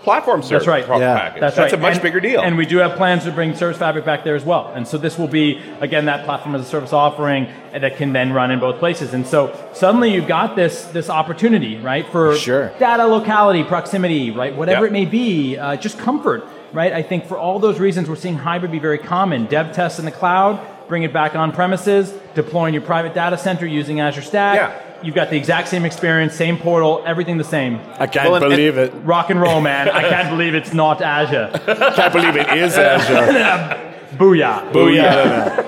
C: platform service
E: That's right.
C: pro-
D: Yeah.
C: package.
E: That's,
C: a
E: right.
C: much
E: And-
C: bigger deal.
E: And we do have plans to bring Service Fabric back there as well. And so this will be again that platform as a service offering that can then run in both places. And so suddenly you've got this this opportunity, right, for
D: Sure.
E: data locality, proximity, right, whatever
C: Yep.
E: it may be, uh, just comfort, right. I think for all those reasons, we're seeing hybrid be very common. Dev tests in the cloud, bring it back on premises, deploying your private data center using Azure Stack.
C: Yeah.
E: You've got the exact same experience, same portal, everything the same.
G: I can't
C: Well, and-
G: believe it.
E: Rock and roll, man. I can't believe it's not Azure.
G: can't believe it is Azure.
E: Booyah.
G: Booyah.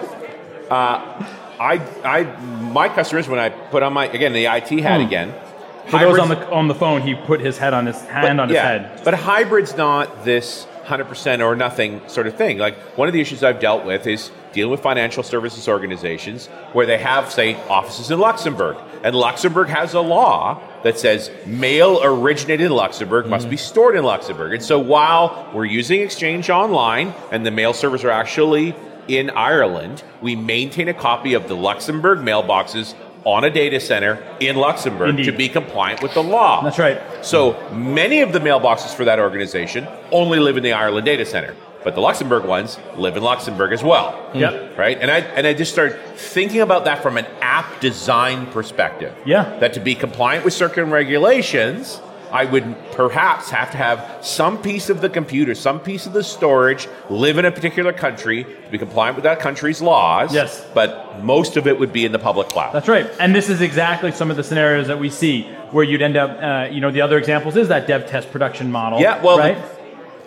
C: I, I, my customers when I put on my again the IT hat again.
E: Hmm. For those
C: hybrids-
E: on the on the phone, he put his head on his hand on his
C: yeah.
E: head.
C: But hybrid's not this 100% or nothing sort of thing. Like, one of the issues I've dealt with is dealing with financial services organizations where they have, say, offices in Luxembourg. And Luxembourg has a law that says mail originated in Luxembourg must
E: Mm-hmm.
C: be stored in Luxembourg. And so while we're using Exchange Online and the mail servers are actually in Ireland, we maintain a copy of the Luxembourg mailboxes on a data center in Luxembourg to
E: Indeed.
C: be compliant with the law.
E: That's right.
C: So many of the mailboxes for that organization only live in the Ireland data center, but the Luxembourg ones live in Luxembourg as well.
E: Hmm. Yep.
C: Right? And I and I just started thinking about that from an app design perspective.
E: Yeah.
C: That to be compliant with certain regulations, I would perhaps have to have some piece of the computer, some piece of the storage live in a particular country to be compliant with that country's laws.
E: Yes.
C: But most of it would be in the public cloud.
E: That's right. And this is exactly some of the scenarios that we see where you'd end up. Uh, you know, the other examples is that dev test production model.
C: Yeah, well, the-
E: Oh, right.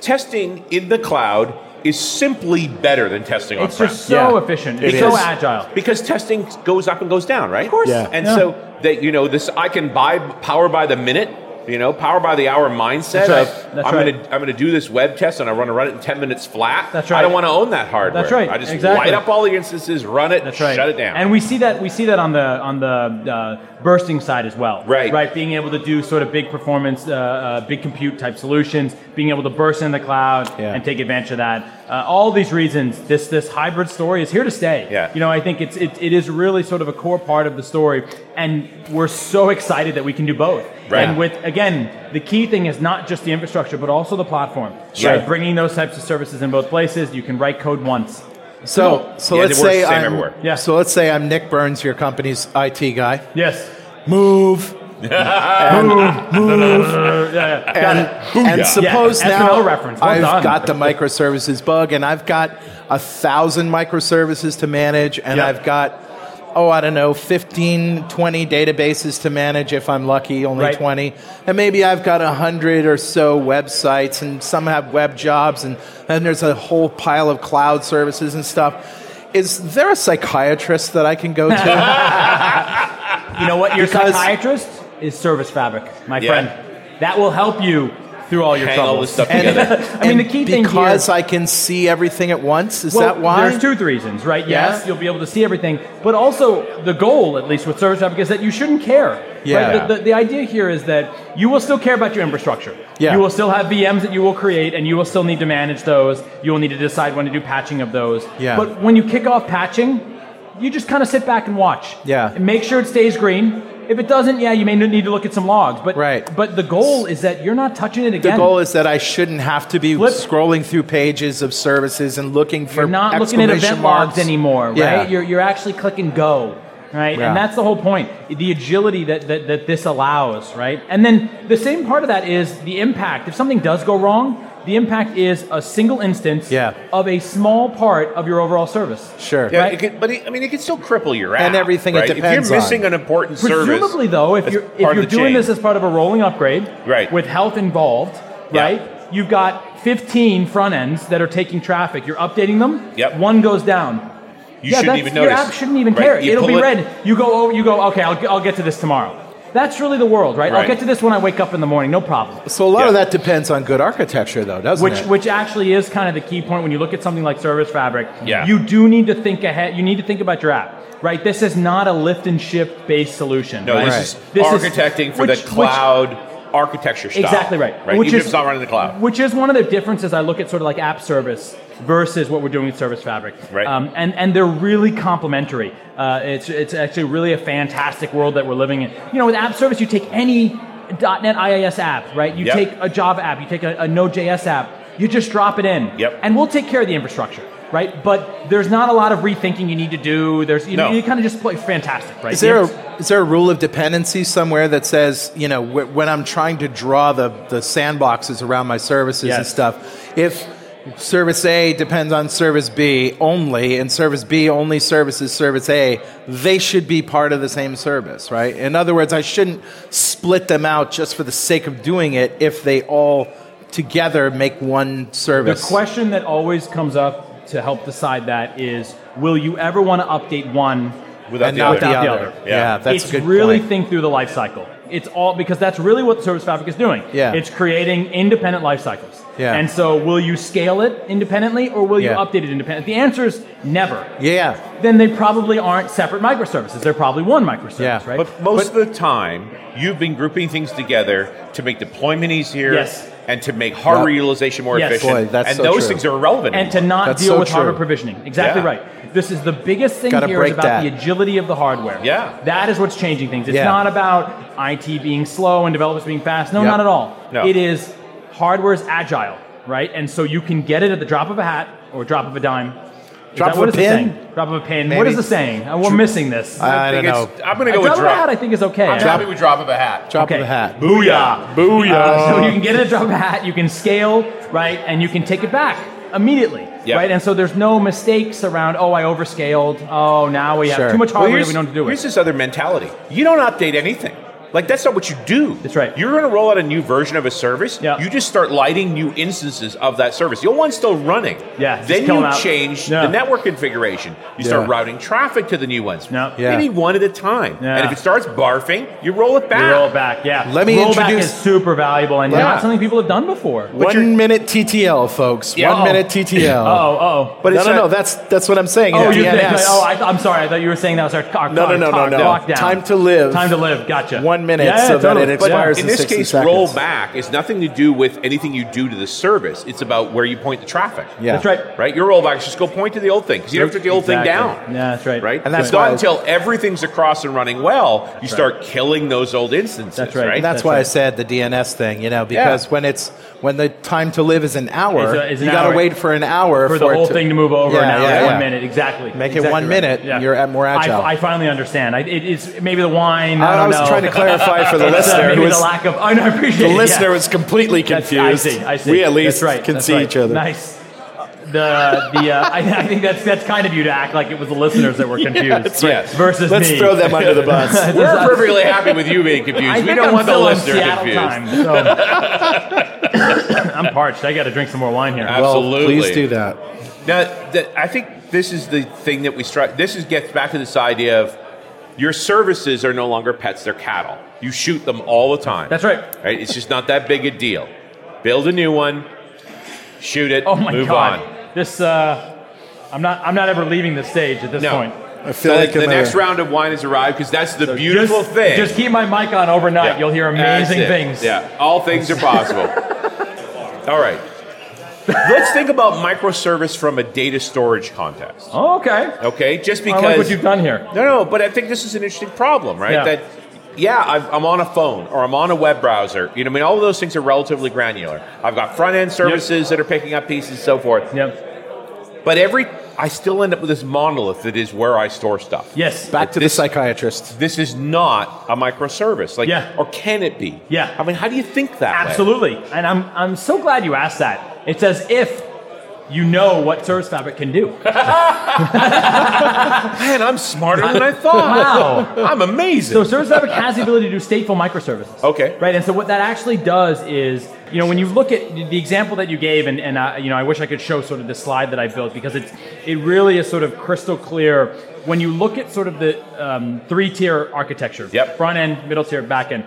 C: testing in the cloud is simply better than testing on
E: It's
C: prem.
E: just so
D: Yeah.
E: efficient.
G: It
E: It's so
G: is.
E: agile.
C: because testing goes up and goes down, right? Of course.
G: Yeah.
C: And
E: Yeah.
C: so that you know this I can buy power by the minute, you know, power by the hour mindset
E: That's right.
C: of
E: That's
C: I'm
E: right.
C: gonna I'm gonna do this web test and I want to run it in ten minutes flat.
E: That's
C: I
E: right.
C: don't want to own that hardware.
E: That's right.
C: I just
E: Exactly.
C: light up all the instances, run it,
E: That's right.
C: shut it down.
E: And we see that we see that on the on the uh, bursting side as well.
C: Right.
E: Right. Being able to do sort of big performance, uh, uh, big compute type solutions, being able to burst in the cloud
D: Yeah.
E: and take advantage of that. Uh, all these reasons, this this hybrid story is here to stay.
C: Yeah.
E: You know, I think it's it, it is really sort of a core part of the story, and we're so excited that we can do both.
C: Right.
E: And with again, the key thing is not just the infrastructure, but also the platform. Sure. Right. Bringing those types of services in both places, you can write code once.
D: So, so
C: Yeah,
D: let's
C: they work
D: say
C: the same
D: I'm.
C: everywhere.
E: Yeah.
D: So let's say I'm Nick Burns, your company's IT guy.
E: Yes.
D: Move.
E: Uh,
D: and, and suppose
E: Yeah,
D: now
E: SNL reference. Well
D: I've
E: done.
D: got the microservices bug, and I've got a thousand microservices to manage, and
E: Yep.
D: I've got oh I don't know 15, 20 databases to manage if I'm lucky, only
E: Right.
D: twenty, and maybe I've got a hundred or so websites, and some have web jobs, and then there's a whole pile of cloud services and stuff. Is there a psychiatrist that I can go to?
E: You know what? Your
D: Because-
E: psychiatrist is Service Fabric, my
C: Yeah.
E: friend. That will help you through all your
C: Hang
E: troubles.
C: all this stuff
D: And-
C: together.
E: I mean, the key thing here.
D: because I can see everything at once. Is
E: Well,
D: that why?
E: There's two reasons, right? Yes,
D: Yeah.
E: you'll be able to see everything, but also the goal, at least with service traffic, is that you shouldn't care. right?
D: Yeah.
E: The, the, the idea here is that you will still care about your infrastructure.
D: Yeah.
E: You will still have VMs that you will create, and you will still need to manage those. You will need to decide when to do patching of those.
D: Yeah.
E: But when you kick off patching, you just kind of sit back and watch.
D: Yeah.
E: And make sure it stays green. If it doesn't, yeah, you may need to look at some logs. But
D: Right.
E: But the goal is that you're not touching it
D: The
E: again.
D: goal is that I shouldn't have to be
E: Flip.
D: scrolling through pages of services and looking for
E: You're not looking at
D: exclamation
E: event
D: marks.
E: logs anymore, right?
D: Yeah.
E: You're, you're actually clicking go, right?
D: Yeah.
E: And that's the whole point. The agility that, that, that this allows, right? And then the same part of that is the impact. If something does go wrong, the impact is a single instance
D: Yeah.
E: of a small part of your overall service.
D: Sure.
C: Yeah,
E: Right?
C: it could, but it, I mean, it can still cripple your app
D: And everything it
C: right?
D: depends
C: If you're missing
D: on.
C: an important
E: Presumably,
C: service,
E: though, if
C: that's
E: you're if
C: part of
E: you're
C: the
E: doing
C: chain.
E: this as part of a rolling upgrade,
C: Right.
E: with health involved,
C: Yeah.
E: right? You've got 15 front ends that are taking traffic. You're updating them.
C: Yep.
E: One goes down.
C: you
E: yeah,
C: shouldn't
E: that's-
C: even
E: your
C: notice.
E: app shouldn't even
C: right?
E: care.
C: You
E: It'll be
C: pull it-
E: red. You go, oh, you go. Okay, I'll, get- I'll get to this tomorrow. That's really the world, right? I'll
C: Right.
E: get to this when I wake up in the morning. No problem.
D: So a lot of
C: Yeah.
D: that depends on good architecture, though, doesn't
E: Which,
D: it?
E: which actually is kind of the key point when you look at something like Service Fabric.
C: Yeah.
E: You do need to think ahead. You need to think about your app, right? This is not a lift and shift based solution.
C: No,
E: right?
C: this
E: This
C: is
E: is-
C: architecting for
E: which-
C: the
E: which-
C: cloud architecture style.
E: Exactly right.
C: Right. Even if it's not running in the cloud.
E: Which is one of the differences I look at sort of like app service versus what we're doing with Service Fabric.
C: Right.
E: Um, and, and they're really complementary. Uh, it's, it's actually really a fantastic world that we're living in. You know, with app service, you take any .NET IIS app, right? You
C: Yep.
E: take a Java app, you take a, a Node.js app, you just drop it in.
C: Yep.
E: And we'll take care of the infrastructure. Right, but there's not a lot of rethinking you need to do. There's you,
C: No.
E: you kind of just play fantastic, right?
D: is there
E: The-
D: a is there a rule of dependency somewhere that says you know wh- when I'm trying to draw the the sandboxes around my services and
E: Yes.
D: stuff, if service A depends on service B only, and service B only services service A, they should be part of the same service, right? In other words, I shouldn't split them out just for the sake of doing it if they all together make one
E: The
D: service.
E: question that always comes up to help decide that is will you ever want to update one
C: Without
D: and
C: the
D: not
C: other.
D: the
E: Without the
D: other.
E: other.
D: Yeah,
C: Yeah.
D: that's
E: it's
D: a good
E: really
D: point.
E: think through the life cycle. It's all because that's really what service fabric is doing.
D: Yeah.
E: It's creating independent life cycles.
D: Yeah.
E: And so will you scale it independently or will you
D: Yeah.
E: update it independently? The answer is never.
D: yeah.
E: Then they probably aren't separate microservices. They're probably one microservice,
D: Yeah.
E: right?
C: But most of the time, you've been grouping things together to make deployment easier
E: Yes.
C: and to make hardware
D: Yep.
C: utilization more
E: Yes.
C: efficient.
D: Boy, that's
C: and
D: so
C: those
D: true.
C: things are irrelevant.
E: and to
C: anymore.
E: not
D: That's
E: deal
D: so
E: with
D: true.
E: hardware provisioning. Exactly
C: Yeah.
E: right. This is the biggest thing
D: Gotta
E: here is
D: break
E: about
D: that.
E: the agility of the hardware.
C: Yeah.
E: That is what's changing things. It's
D: Yeah.
E: not about IT being slow and developers being fast. No,
D: Yep.
E: not at all.
C: No.
E: It is hardware is agile, right? And so you can get it at the drop of a hat or drop of a dime. Is
D: Drop
E: that-
D: of
E: what
D: a
E: is
D: pin?
E: The saying? Drop of a pin. What
D: Maybe.
E: is the saying? Uh, We're missing this.
D: I don't
C: think
D: know.
C: it's- I'm going to
E: A
C: go
E: drop
C: with
E: of a hat, I
C: drop.
E: think, is okay.
C: I'm happy with drop of a hat.
D: Drop
E: Okay.
D: of the hat.
E: Booyah!
G: Booyah.
E: Uh, so you can get it at drop of a hat, you can scale, right, and you can take it back immediately,
C: Yeah.
E: right? And so there's no mistakes around, oh, I overscaled, oh, now we have
D: Sure.
E: too much
C: Well,
E: hardware
C: here's-
E: that we don't do
C: Here's
E: it.
C: this other mentality. You don't update anything. Like that's not what you do.
E: That's right.
C: You're going to roll out a new version of a service.
E: Yeah.
C: You just start lighting new instances of that service. The old one's still running.
E: Yeah, just
C: Then
E: kill 'em
C: you
E: out.
C: change
E: Yeah.
C: the network configuration. You start routing traffic to the new ones.
E: Yeah.
D: Yeah.
C: Maybe one at a time.
E: Yeah.
C: And if it starts barfing, you roll it back.
E: You roll back, yeah.
D: Let me
E: Rollback
D: introduce-
E: is super valuable and
C: Yeah.
E: not something people have done before.
D: One minute TTL, folks.
C: Yeah.
D: One minute TTL.
E: Oh, oh.
D: But no,
C: it's
D: no,
C: not-
D: no. That's that's what I'm saying.
E: Oh,
D: It's
E: you
D: DNS.
E: think, oh I, I'm sorry. I thought you were saying that was our, our
D: No, no,
E: our
D: no, no,
E: talk-
D: no.
E: lockdown.
D: Time to live.
E: Time to live. Gotcha.
D: One 10 minutes
E: Yeah, yeah,
D: so that
E: totally.
D: it
E: But
D: expires
C: in
D: in,
C: this
D: 60
C: case,
D: seconds.
C: roll back is nothing to do with anything you do to the service. It's about where you point the traffic.
D: Yeah.
E: That's right.
C: Right? Your rollback is just go point to the old thing because you never took the old thing
E: Exactly.
C: down.
E: Yeah, that's right.
C: Right?
D: And that's
C: it's not
D: why-
C: until everything's across and running well, you start killing those old instances.
E: That's right.
D: And that's,
E: That's
D: why
E: right.
D: I said the DNS thing, you know, because
C: Yeah.
D: when it's when the time to live is an hour,
E: Is a- is an
D: you got
E: hour.
D: to wait for an hour
E: for the
D: it
E: whole thing to move over
D: Yeah,
E: an hour,
D: yeah,
E: one
D: yeah.
E: minute, exactly.
D: Make it
E: Exactly
D: one minute, you're at more
E: I-
D: agile.
E: I, finally understand. I, it is maybe the wine. I,
D: I,
E: don't
D: I was
E: know.
D: trying to clarify for the
E: It's, uh,
D: listener.
E: maybe
D: who was-
E: the lack of. I, know, I appreciate
G: The
E: it,
G: listener
E: yeah.
G: was completely
E: That's-
G: confused.
E: I see. I see.
G: We at least
E: that's right,
G: can
E: that's
G: see
E: right.
G: each other.
E: Nice. The the uh, I, I think that's that's kind of you to act like it was the listeners that were confused.
G: that's right.
E: Versus
G: Let's
E: me.
G: throw them under the bus.
C: We're perfectly happy with you being confused.
E: I
C: we
E: think
C: don't
E: I'm
C: want the
E: still on
C: listener
E: Seattle
C: confused.
E: time, so- I'm parched. I got to drink some more wine
C: Uh,
E: here.
D: Well,
C: Absolutely.
D: please do that.
C: Now, the, I think this is the thing that we strike. This is gets back to this idea of your services are no longer pets; they're cattle. You shoot them all the time.
E: That's right.
C: Right? It's just not that big a deal. Build a new one, shoot it,
E: Oh my
C: move
E: god.
C: on.
E: This uh, I'm not I'm not ever leaving the stage at this
C: No.
E: point.
G: I feel
C: So
G: like
C: the
G: I'm a-
C: next round of wine has arrived because that's the beautiful
E: just,
C: thing.
E: Just keep my mic on overnight.
C: Yeah.
E: You'll hear
C: That's
E: amazing
C: it.
E: things.
C: Yeah, all things are possible. all right. Let's think about microservice from a data storage context.
E: Oh, okay.
C: Okay, just
E: I
C: because
E: like what you've done here.
C: No, no, but I think this is an interesting problem, right?
E: Yeah.
C: That yeah, I've, I'm on a phone or I'm on a web browser. You know, I mean, all of those things are relatively granular. I've got front end services that are picking up pieces and so forth.
E: Yep.
C: But every I still end up with this monolith that is where I store stuff.
E: Yes.
D: Back to
C: This-
D: the psychiatrist.
C: This is not a microservice, like,
E: Yeah.
C: or can it be?
E: Yeah.
C: I mean, how do you think that? way?
E: Absolutely. And I'm I'm so glad you asked that. It's as if you know what Service Fabric can do.
C: Man, I'm smarter than I thought.
E: Wow.
C: I'm amazing.
E: So Service Fabric has the ability to do stateful microservices.
C: Okay.
E: Right. And so what that actually does is, you know, when you look at the example that you gave, and, and uh, you know, I wish I could show sort of the slide that I built because it's it really is sort of crystal clear when you look at sort of the um, three tier architecture.
C: Yep.
E: Front end, middle tier, back end.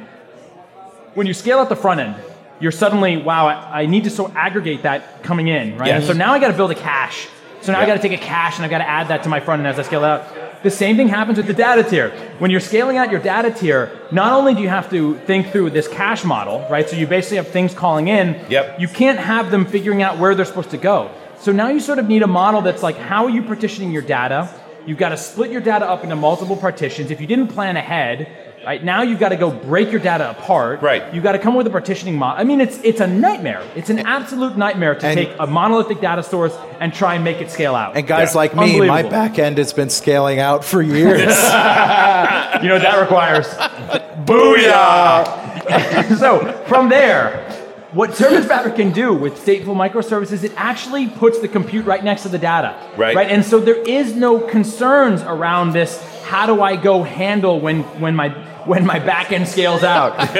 E: When you scale out the front end. You're suddenly, wow, I, I need to so aggregate that coming in, right?
C: Yes.
E: And so now I got to build a cache. So now I
C: Yeah.
E: got to take a cache and I've got to add that to my front end as I scale it out. The same thing happens with the data tier. When you're scaling out your data tier, not only do you have to think through this cache model, right? So you basically have things calling in.
C: Yep.
E: You can't have them figuring out where they're supposed to go. So now you sort of need a model that's like, how are you partitioning your data? You've got to split your data up into multiple partitions. If you didn't plan ahead, right now you've got to go break your data apart.
C: Right.
E: You've got to come up with a partitioning model. I mean, it's it's a nightmare. It's an absolute nightmare to
D: And-
E: take a monolithic data source and try and make it scale out.
D: And guys
C: Yeah.
D: like me, my
E: Unbelievable.
D: back end has been scaling out for years.
E: you know what that requires? Booyah! so from there, what Service Fabric can do with stateful microservices, it actually puts the compute right next to the data.
C: Right.
E: Right. And so there is no concerns around this. How do I go handle when when my when my back end scales out? How do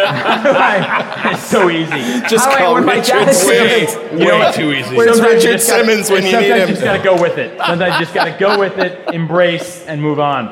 E: I- it's so easy.
G: Just
E: How do I-
G: call
E: when my
G: Richard
E: data-
G: Simmons.
E: Wait, wait.
G: Way too easy.
E: Sometimes
G: Where's
E: you
G: Richard
E: just gotta-
G: Simmons when you
E: sometimes
G: need him?
E: you just gotta go with it. Sometimes you just gotta go with it, embrace, and move on.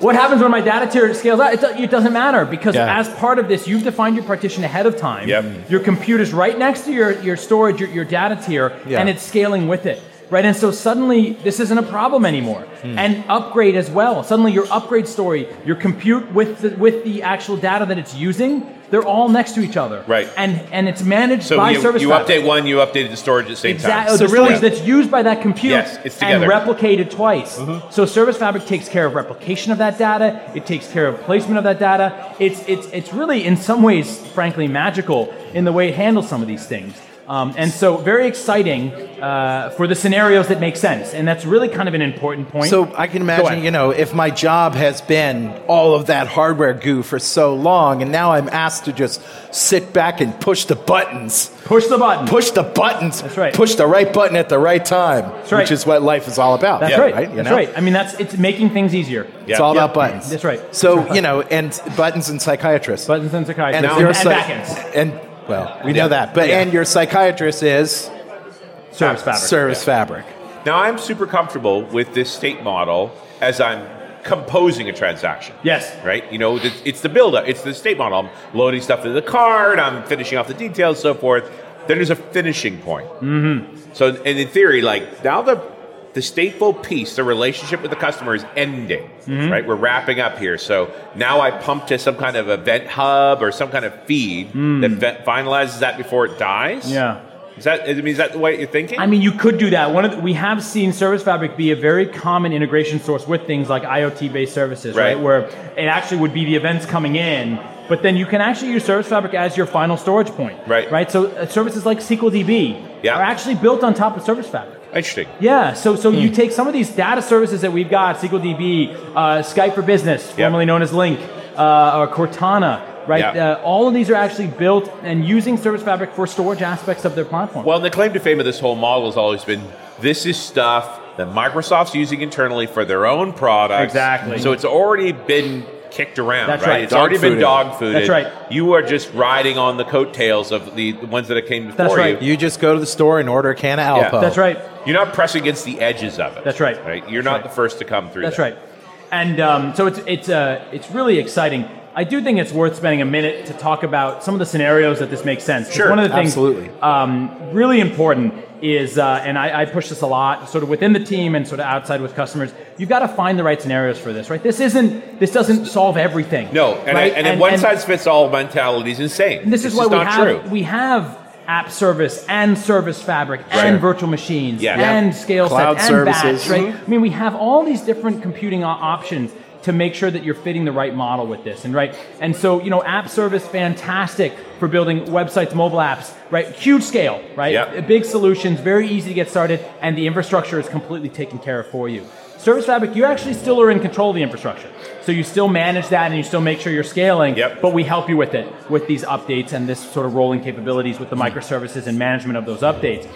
E: What happens when my data tier scales out? It, do- it doesn't matter because as part of this, you've defined your partition ahead of time.
C: Yep.
E: Your compute is right next to your, your storage, your, your data tier, and it's scaling with it. Right, and so suddenly this isn't a problem anymore.
C: Hmm.
E: And upgrade as well. Suddenly your upgrade story, your compute with the, with the actual data that it's using, they're all next to each other.
C: Right.
E: And and it's managed
C: So
E: by
C: you,
E: service.
C: you
E: Fabric.
C: update one, you updated the storage at the same
E: Exactly. Oh,
C: time.
E: the really, that's used by that compute
C: Yes, it's
E: and
C: together.
E: replicated twice. So Service Fabric takes care of replication of that data. It takes care of placement of that data. It's it's it's really in some ways, frankly, magical in the way it handles some of these things. Um, and so, very exciting uh, for the scenarios that make sense, and that's really kind of an important point.
D: So I can
E: Go ahead.
D: imagine, you know, if my job has been all of that hardware goo for so long, and now I'm asked to just sit back and push the buttons,
E: push the button.
D: push the buttons,
E: That's right.
D: push the right button at the right time, That's
E: right.
D: which is what life is all about.
E: That's right.
D: You
E: That's
D: know?
E: right. I mean, that's it's making things easier.
D: It's all
E: Yeah.
D: about buttons.
E: That's right.
D: So you know, and buttons and psychiatrists.
E: Buttons and psychiatry
D: and
E: and,
D: your
E: and
D: psych-
E: backends.
D: And well, we know that. But and your psychiatrist is
E: Service Fabric.
D: service fabric.
C: Now I'm super comfortable with this state model as I'm composing a transaction.
E: Yes.
C: Right? You know, it's, it's the build up, it's the state model. I'm loading stuff into the card, I'm finishing off the details, so forth. Then there's a finishing point. Mm-hmm. So, and in theory, like now the the stateful piece, the relationship with the customer is ending,
E: Mm-hmm.
C: right? We're wrapping up here. So now I pump to some kind of event hub or some kind of feed that ve- finalizes that before it dies.
E: Mm. Yeah.
C: Is that, I mean, is that the way you're thinking?
E: I mean, you could do that. One of the, we have seen Service Fabric be a very common integration source with things like IoT-based services, right?
C: Right.
E: Where it actually would be the events coming in, but then you can actually use Service Fabric as your final storage point,
C: Right.
E: Right. So uh, services like SQLDB
C: Yeah.
E: are actually built on top of Service Fabric.
C: Interesting.
E: Yeah, so so you take some of these data services that we've got, SQLDB, uh, Skype for Business, formerly known as Link, uh, or Cortana, right?
C: Yeah.
E: Uh, all of these are actually built and using Service Fabric for storage aspects of their platform.
C: Well, the claim to fame of this whole model has always been this is stuff that Microsoft's using internally for their own products.
E: Exactly.
C: So it's already been kicked around,
E: That's right.
C: It's already been dog fooded.
E: That's right.
C: You are just riding on the coattails of the the ones that came before
E: That's right.
C: you.
D: You just go to the store and order a can of Alpo.
E: That's right.
C: You're not pressing against the edges of it.
E: That's right.
C: Right. You're not
E: right.
C: the first to come through.
E: That's
C: that.
E: right. And um, so it's it's uh, it's really exciting. I do think it's worth spending a minute to talk about some of the scenarios that this makes sense. 'Cause
C: Sure,
E: one of the things
D: absolutely.
E: um, really important is, uh, and I, I push this a lot, sort of within the team and sort of outside with customers. You've got to find the right scenarios for this, right? This isn't this doesn't solve everything.
C: No, and,
E: right?
C: I, and, one size fits all mentality is insane.
E: And this is
C: It's
E: why
C: just
E: we
C: not
E: have
C: true.
E: we have app service and service fabric and virtual machines
C: Yeah.
E: and scale
D: Cloud
E: sets
D: services. Mm-hmm.
E: and batch, right? I mean, we have all these different computing o- options to make sure that you're fitting the right model with this, and right. And so, you know, app service fantastic for building websites, mobile apps, right? Huge scale, right?
C: Yeah.
E: Big solutions, very easy to get started, and the infrastructure is completely taken care of for you. Service Fabric, you actually still are in control of the infrastructure, so you still manage that and you still make sure you're scaling.
C: Yep.
E: But but we help you with it with these updates and this sort of rolling capabilities with the microservices and management of those updates.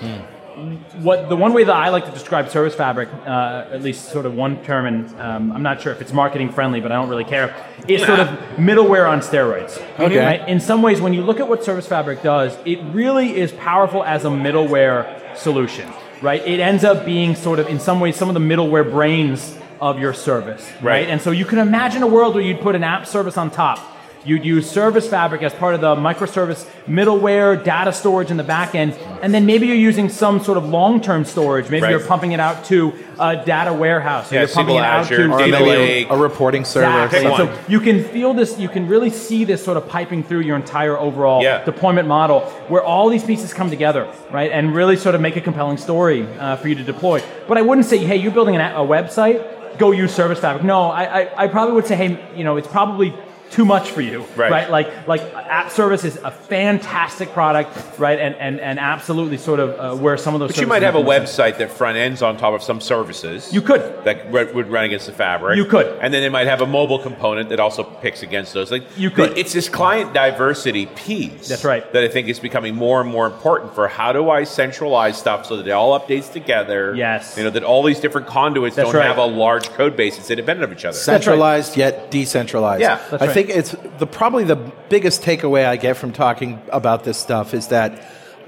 E: What the one way that I like to describe Service Fabric, uh, at least sort of one term, and um, I'm not sure if it's marketing friendly, but I don't really care, is sort of middleware on steroids.
D: Okay.
E: Right? In some ways, when you look at what Service Fabric does, it really is powerful as a middleware solution. Right? It ends up being sort of, in some ways, some of the middleware brains of your service.
C: Right.
E: And so you can imagine a world where you'd put an app service on top. You'd use Service Fabric as part of the microservice middleware, data storage in the back end, and then maybe you're using some sort of long-term storage. Maybe
C: Right.
E: you're pumping it out to a data warehouse, or
C: Yeah,
E: you're pumping
C: SQL
E: it out
C: Azure,
E: to
D: Or
C: Data
D: maybe
C: lake.
D: a reporting server.
E: Exactly.
C: Pick one.
E: So you can feel this. You can really see this sort of piping through your entire overall
C: Yeah.
E: deployment model, where all these pieces come together, right, and really sort of make a compelling story uh, for you to deploy. But I wouldn't say, hey, you're building an, a website, go use Service Fabric. No, I, I, I probably would say, hey, you know, it's probably too much for you,
C: Right.
E: Like, like app service is a fantastic product, right, and and, and absolutely sort of uh, where some of those.
C: But you
E: services
C: might have a
E: make the most sense.
C: website that front ends on top of some services.
E: You could.
C: that re- would run against the fabric.
E: You could.
C: and then they might have a mobile component that also picks against those. Like
E: You could.
C: it's this client diversity piece.
E: That's right.
C: That I think is becoming more and more important for how do I centralize stuff so that it all updates together.
E: Yes.
C: you know that all these different conduits
E: That's
C: don't
E: right.
C: have a large code base that's independent of each other.
E: right.
D: centralized yet decentralized.
C: Yeah, that's
D: I
E: right.
D: think it's the probably the biggest takeaway I get from talking about this stuff is that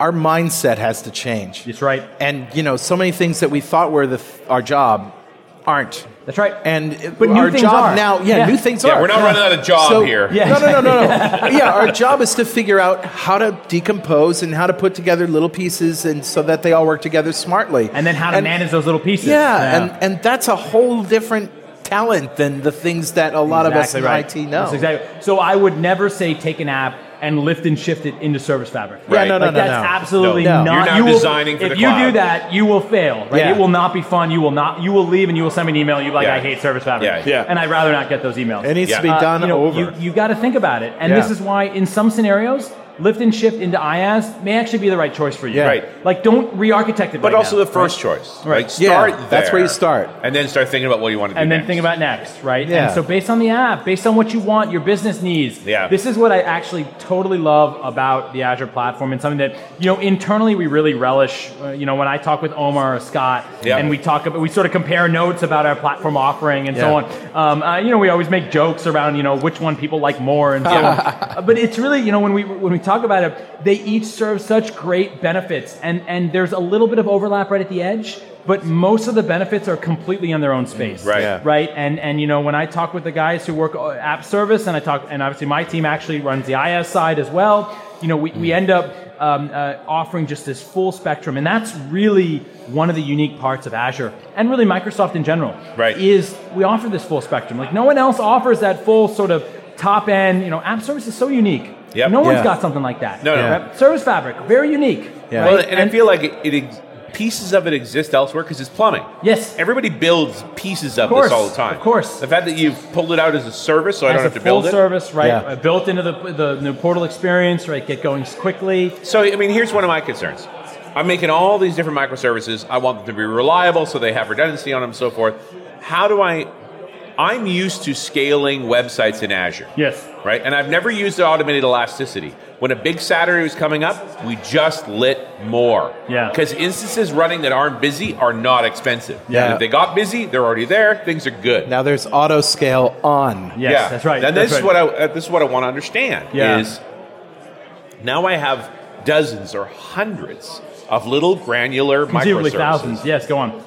D: our mindset has to change.
E: That's right.
D: And you know, so many things that we thought were the our job aren't.
E: That's right.
D: And
E: But new
D: our
E: things
D: job
E: are.
D: now, yeah,
E: Yeah.
D: new things
C: Yeah,
D: are.
C: we're not running out of job
D: So-
C: here.
E: Yeah,
D: no, no, no, no, no. yeah, our job is to figure out how to decompose and how to put together little pieces, and so that they all work together smartly.
E: and then how to manage those little pieces.
D: Yeah, and and that's a whole different talent than the things that a lot
E: exactly
D: of us
E: right.
D: in IT know.
E: That's exactly. So I would never say take an app and lift and shift it into Service Fabric.
D: Yeah,
C: Right.
D: no, no,
E: Like,
D: no,
E: that's
D: no.
E: absolutely
D: No.
E: not.
C: You're now
E: you will-
C: designing for
E: if
C: the
E: you do
C: cloud.
E: that, you will fail. Right?
D: Yeah.
E: It will not be fun. You will not. You will leave, and you will send me an email. You're like,
C: Yeah.
E: I hate Service Fabric.
C: Yeah. Yeah.
E: And I'd rather not get those emails.
D: It needs
C: Yeah.
D: to be
E: Uh,
D: done
E: you know,
D: over.
E: You, you got to think about it, and this
D: Yeah.
E: is why in some scenarios. Lift and shift into IaaS may actually be the right choice for you.
D: Yeah.
C: Right.
E: Like, don't re-architect it.
C: But
E: right
C: also
E: now,
C: the first choice. Right.
D: Yeah,
C: start
D: that's where you
C: there,
D: start.
C: And then start thinking about what you want to do.
E: and then
C: next.
E: think about next, right?
D: Yeah.
E: And so based on the app, based on what you want, your business needs.
C: Yeah.
E: This is what I actually totally love about the Azure platform, and something that you know internally we really relish. Uh, you know, when I talk with Omar or Scott,
C: Yeah.
E: and we talk about, we sort of compare notes about our platform offering and
D: Yeah.
E: so on. Um, uh, you know, we always make jokes around you know which one people like more and so on. Uh, But it's really you know when we when we talk about it, they each serve such great benefits, and and there's a little bit of overlap right at the edge. But most of the benefits are completely in their own space
C: Right. Yeah.
E: right and and you know when i talk with the guys who work uh,
C: Mm.
E: app service and i talk and obviously my team actually runs the is side as well you know we, we end up um, uh, offering just this full spectrum. And that's really one of the unique parts of Azure and really Microsoft in general.
C: Right.
E: Is we offer this full spectrum. Like no one else offers that full sort of top end, you know, app service is so unique.
C: Yep.
E: No one's
A: Yeah.
E: got something like that.
C: No, no.
E: Right? Service fabric, very unique.
A: Yeah.
E: right?
C: Well, and, I feel like it, it ex- pieces of it exist elsewhere because it's plumbing.
E: Yes.
C: Everybody builds pieces of,
E: course,
C: this all the time.
E: of course.
C: The fact that you've pulled it out as a service, so I
E: As
C: don't have
E: a
C: to
E: full
C: build it.
E: service, right?
A: Yeah.
E: uh, Built into the, the the portal experience, right? Get going quickly.
C: So, I mean, here's one of my concerns. I'm making all these different microservices. I want them to be reliable so they have redundancy on them and so forth. How do I? I'm used to scaling websites in Azure.
E: Yes.
C: Right? And I've never used automated elasticity. When a big Saturday was coming up, we just lit more.
E: Yeah.
C: Because instances running that aren't busy are not expensive.
A: Yeah.
C: And if they got busy, they're already there. Things are good.
D: Now there's auto scale on.
E: Yes, that's right.
C: And
E: that's
C: this is
E: right.
C: what I uh, this is what I want to understand
E: Yeah.
C: is now I have dozens or hundreds of little granular
E: Conceivably
C: microservices.
E: thousands. Yes, go on.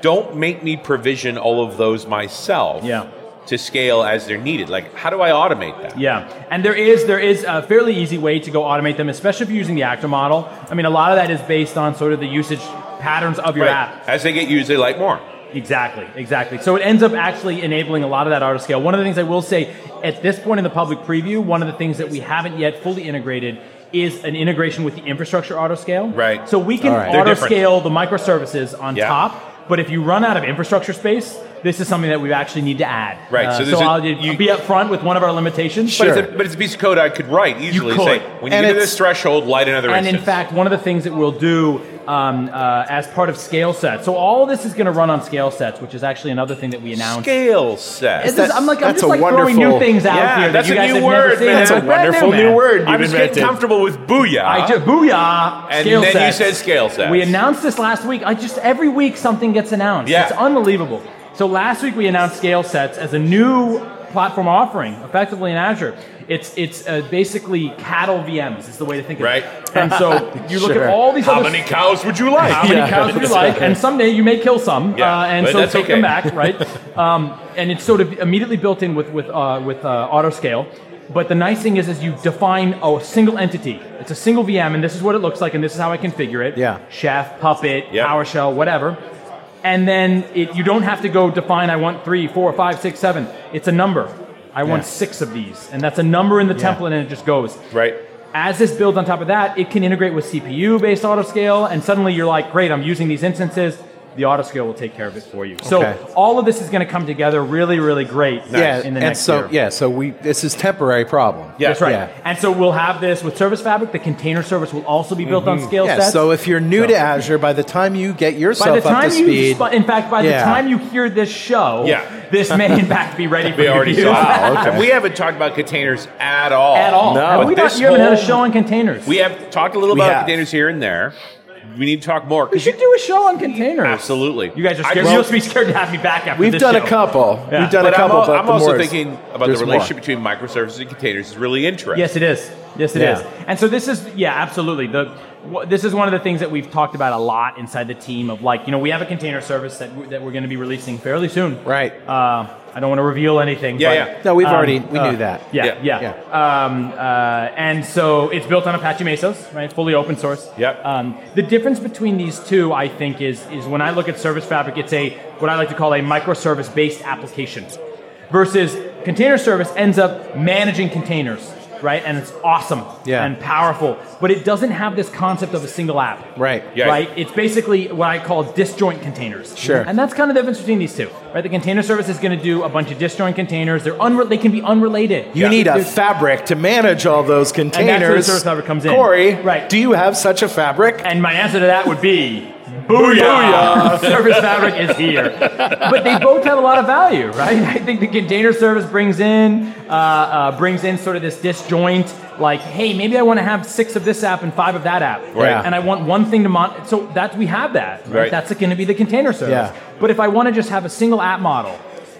C: Don't make me provision all of those myself.
E: Yeah.
C: To scale as they're needed. Like, how do I automate that?
E: Yeah, and there is there is a fairly easy way to go automate them, especially if you're using the actor model. I mean, a lot of that is based on sort of the usage patterns of your
C: Right.
E: app.
C: As they get used, they like more.
E: Exactly, exactly. So it ends up actually enabling a lot of that auto scale. One of the things I will say at this point in the public preview, one of the things that we haven't yet fully integrated is an integration with the infrastructure auto scale.
C: Right.
E: So we can
D: All right.
C: They're
E: auto
C: different.
E: scale the microservices on
C: Yeah.
E: top, but if you run out of infrastructure space, this is something that we actually need to add. Uh,
C: Right, so
E: so
C: there's a-
E: I'll
C: you-
E: be upfront with one of our limitations.
C: But, it's a, but it's a piece of code I could write easily.
E: could.
C: Say, when you
D: And
C: get to
D: it's-
C: this threshold, light another
E: and
C: instance.
E: in fact, one of the things that we'll do um, uh, as part of scale sets. So all this is going to run on scale sets, which is actually another thing that we announced.
C: scale set.
E: This is- I'm like I'm
D: That's
E: just
D: a
E: like throwing new
D: wonderful-
E: things out
C: yeah,
E: here.
C: that's
E: that you
C: a
E: guys
C: new
E: have
C: word,
E: never seen.
C: man.
G: That's a
E: Brand new,
G: wonderful new
E: man.
G: word you've
C: I'm just getting
G: invented.
C: comfortable with booyah.
E: I just booyah.
C: And
E: scale
C: then you
E: sets.
C: said scale sets.
E: We announced this last week. I just every week something gets announced.
C: Yeah.
E: It's unbelievable. So last week we announced scale sets as a new platform offering, effectively in Azure. It's it's uh, basically cattle VMs is the way to think of
C: Right.
E: it. And so you look at all these
C: How
E: other
C: many cows would you like?
E: how many cows would you like, and someday you may kill some,
C: Yeah,
E: uh, and
C: but
E: so
C: that's
E: take
C: okay.
E: them back, right? um, and it's sort of immediately built in with with uh, with uh, auto scale. But the nice thing is, is you define a single entity. It's a single VM, and this is what it looks like, and this is how I configure it.
D: Yeah.
E: Chef, Puppet,
C: Yeah.
E: PowerShell, whatever. And then it, you don't have to go define. I want three, four, five, six, seven. It's a number. I want six of these, and that's a number in the template, and it just goes.
C: Right.
E: As this builds on top of that, it can integrate with CPU based autoscale, and suddenly you're like, great, I'm using these instances. The autoscale will take care of it for you. So
D: Okay.
E: all of this is going to come together really, really great
D: Yeah,
E: in the
D: and
E: next
D: so
E: year.
D: yeah, so we this is temporary problem.
C: Yeah.
E: That's right.
D: yeah.
E: And so we'll have this with Service Fabric. The container service will also be built on scale
D: Mm-hmm. Yeah,
E: sets.
D: so if you're new to Azure, by the time you get yourself
E: by the
D: up
E: time
D: to
E: you,
D: speed,
E: sp- in fact, by
D: Yeah.
E: the time you hear this show,
C: Yeah.
E: this may in fact be ready for
C: We already
E: you.
C: saw. it. We haven't talked about containers at all.
E: At all? Have
C: But
E: we not,
C: this
E: you haven't had a
C: whole-
E: show on containers.
C: We have talked a little
D: We
C: about
D: have.
C: containers here and there. We need to talk more.
E: we should do a show on containers.
C: Absolutely.
E: You guys are
C: I
E: scared.
C: just-
E: You're supposed to be scared to have me back after
D: we've
E: this
D: done
E: show.
D: a couple.
E: Yeah.
D: We've done
C: But
D: a couple,
C: I'm, al-
D: but
C: I'm
D: the
C: also
D: more is-
C: thinking about the
D: there's more.
C: relationship between microservices and containers is really interesting.
E: Yes, it is. Yes, it
D: Yeah.
E: is. And so this is, yeah, absolutely. The wh- this is one of the things that we've talked about a lot inside the team of like, you know, we have a container service that we- that we're going to be releasing fairly soon.
D: Right.
E: Uh, I don't want to reveal anything.
C: Yeah,
E: but,
C: yeah.
D: No, we've
E: um,
D: already we
E: uh,
D: knew that.
E: Yeah, yeah. Um, uh, and so it's built on Apache Mesos, right? Fully open source.
C: Yep.
E: Um, the difference between these two, I think, is is when I look at Service Fabric, it's a what I like to call a microservice-based application, versus container service ends up managing containers, right? And it's awesome
D: Yeah.
E: and powerful, but it doesn't have this concept of a single app,
D: Right.
C: Yeah.
E: Right. It's basically what I call disjoint containers.
D: Sure.
E: And that's kind of the difference between these two, right? The container service is going to do a bunch of disjoint containers. They're unre- They can be unrelated.
D: You need a fabric to manage all those
E: where
D: containers.
E: the service fabric comes in.
D: Corey,
E: Right.
D: do you have such a fabric?
E: And my answer to that would be Booyah! service fabric is here. But they both have a lot of value, right? I think the container service brings in uh, uh, brings in sort of this disjoint, like, hey, maybe I want to have six of this app and five of that app.
C: Right.
E: And I want one thing to mon so that we have that.
C: Right.
E: That's going to be the container service.
D: Yeah.
E: But if I want to just have a single app model,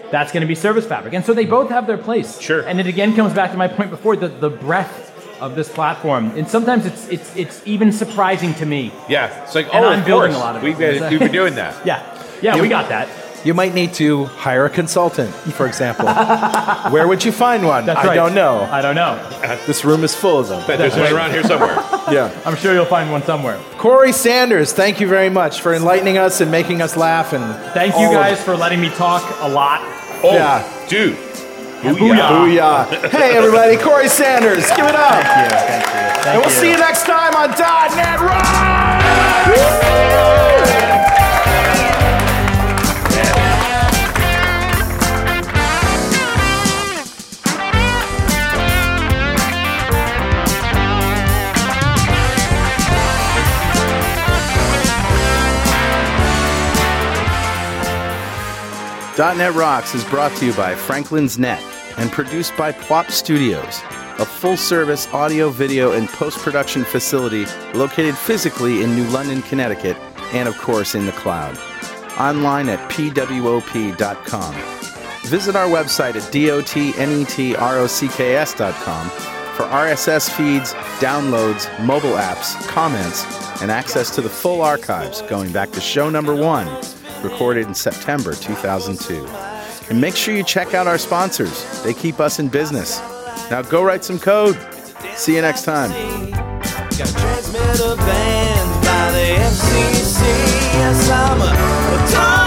E: that's going to be service fabric. And so they both have their place.
C: Sure.
E: And it again comes back to my point before the, the breadth of this platform. And sometimes it's it's it's even surprising to me
C: Yeah. It's like,
E: and
C: oh,
E: I'm
C: of
E: building
C: course. uh,
E: a lot of
C: We've,
E: it.
C: been- we've been doing that.
E: yeah, yeah, we got that.
H: You might need to hire a consultant, for example. Where would you find one?
E: That's
H: I
E: right.
H: don't know.
E: I don't know.
H: This room is full of them.
C: But there's one around here somewhere.
H: Yeah.
E: I'm sure you'll find one somewhere.
H: Corey Sanders, thank you very much for enlightening us and making us laugh. And
E: Thank
H: all
E: you
H: of-
E: guys for letting me talk a lot.
C: Oh,
H: Yeah.
C: dude.
E: Booyah.
H: Booyah. hey, everybody, Corey Sanders, give it up.
E: Thank you. Thank you. Thank
H: and we'll
E: you.
H: see you next time on .NET Rock!
D: .NET Rocks is brought to you by Franklin's Net and produced by Plop Studios, a full-service audio, video, and post-production facility located physically in New London, Connecticut, and of course in the cloud. Online at pwop.com. Visit our website at E dotnetrocks.com for RSS feeds, downloads, mobile apps, comments, and access to the full archives going back to show number one, recorded in September 2002. And make sure you check out our sponsors, they keep us in business. Now go write some code. See you next time.
I: Got transmitter banned by the FCC. Yes, I'm a, a dog.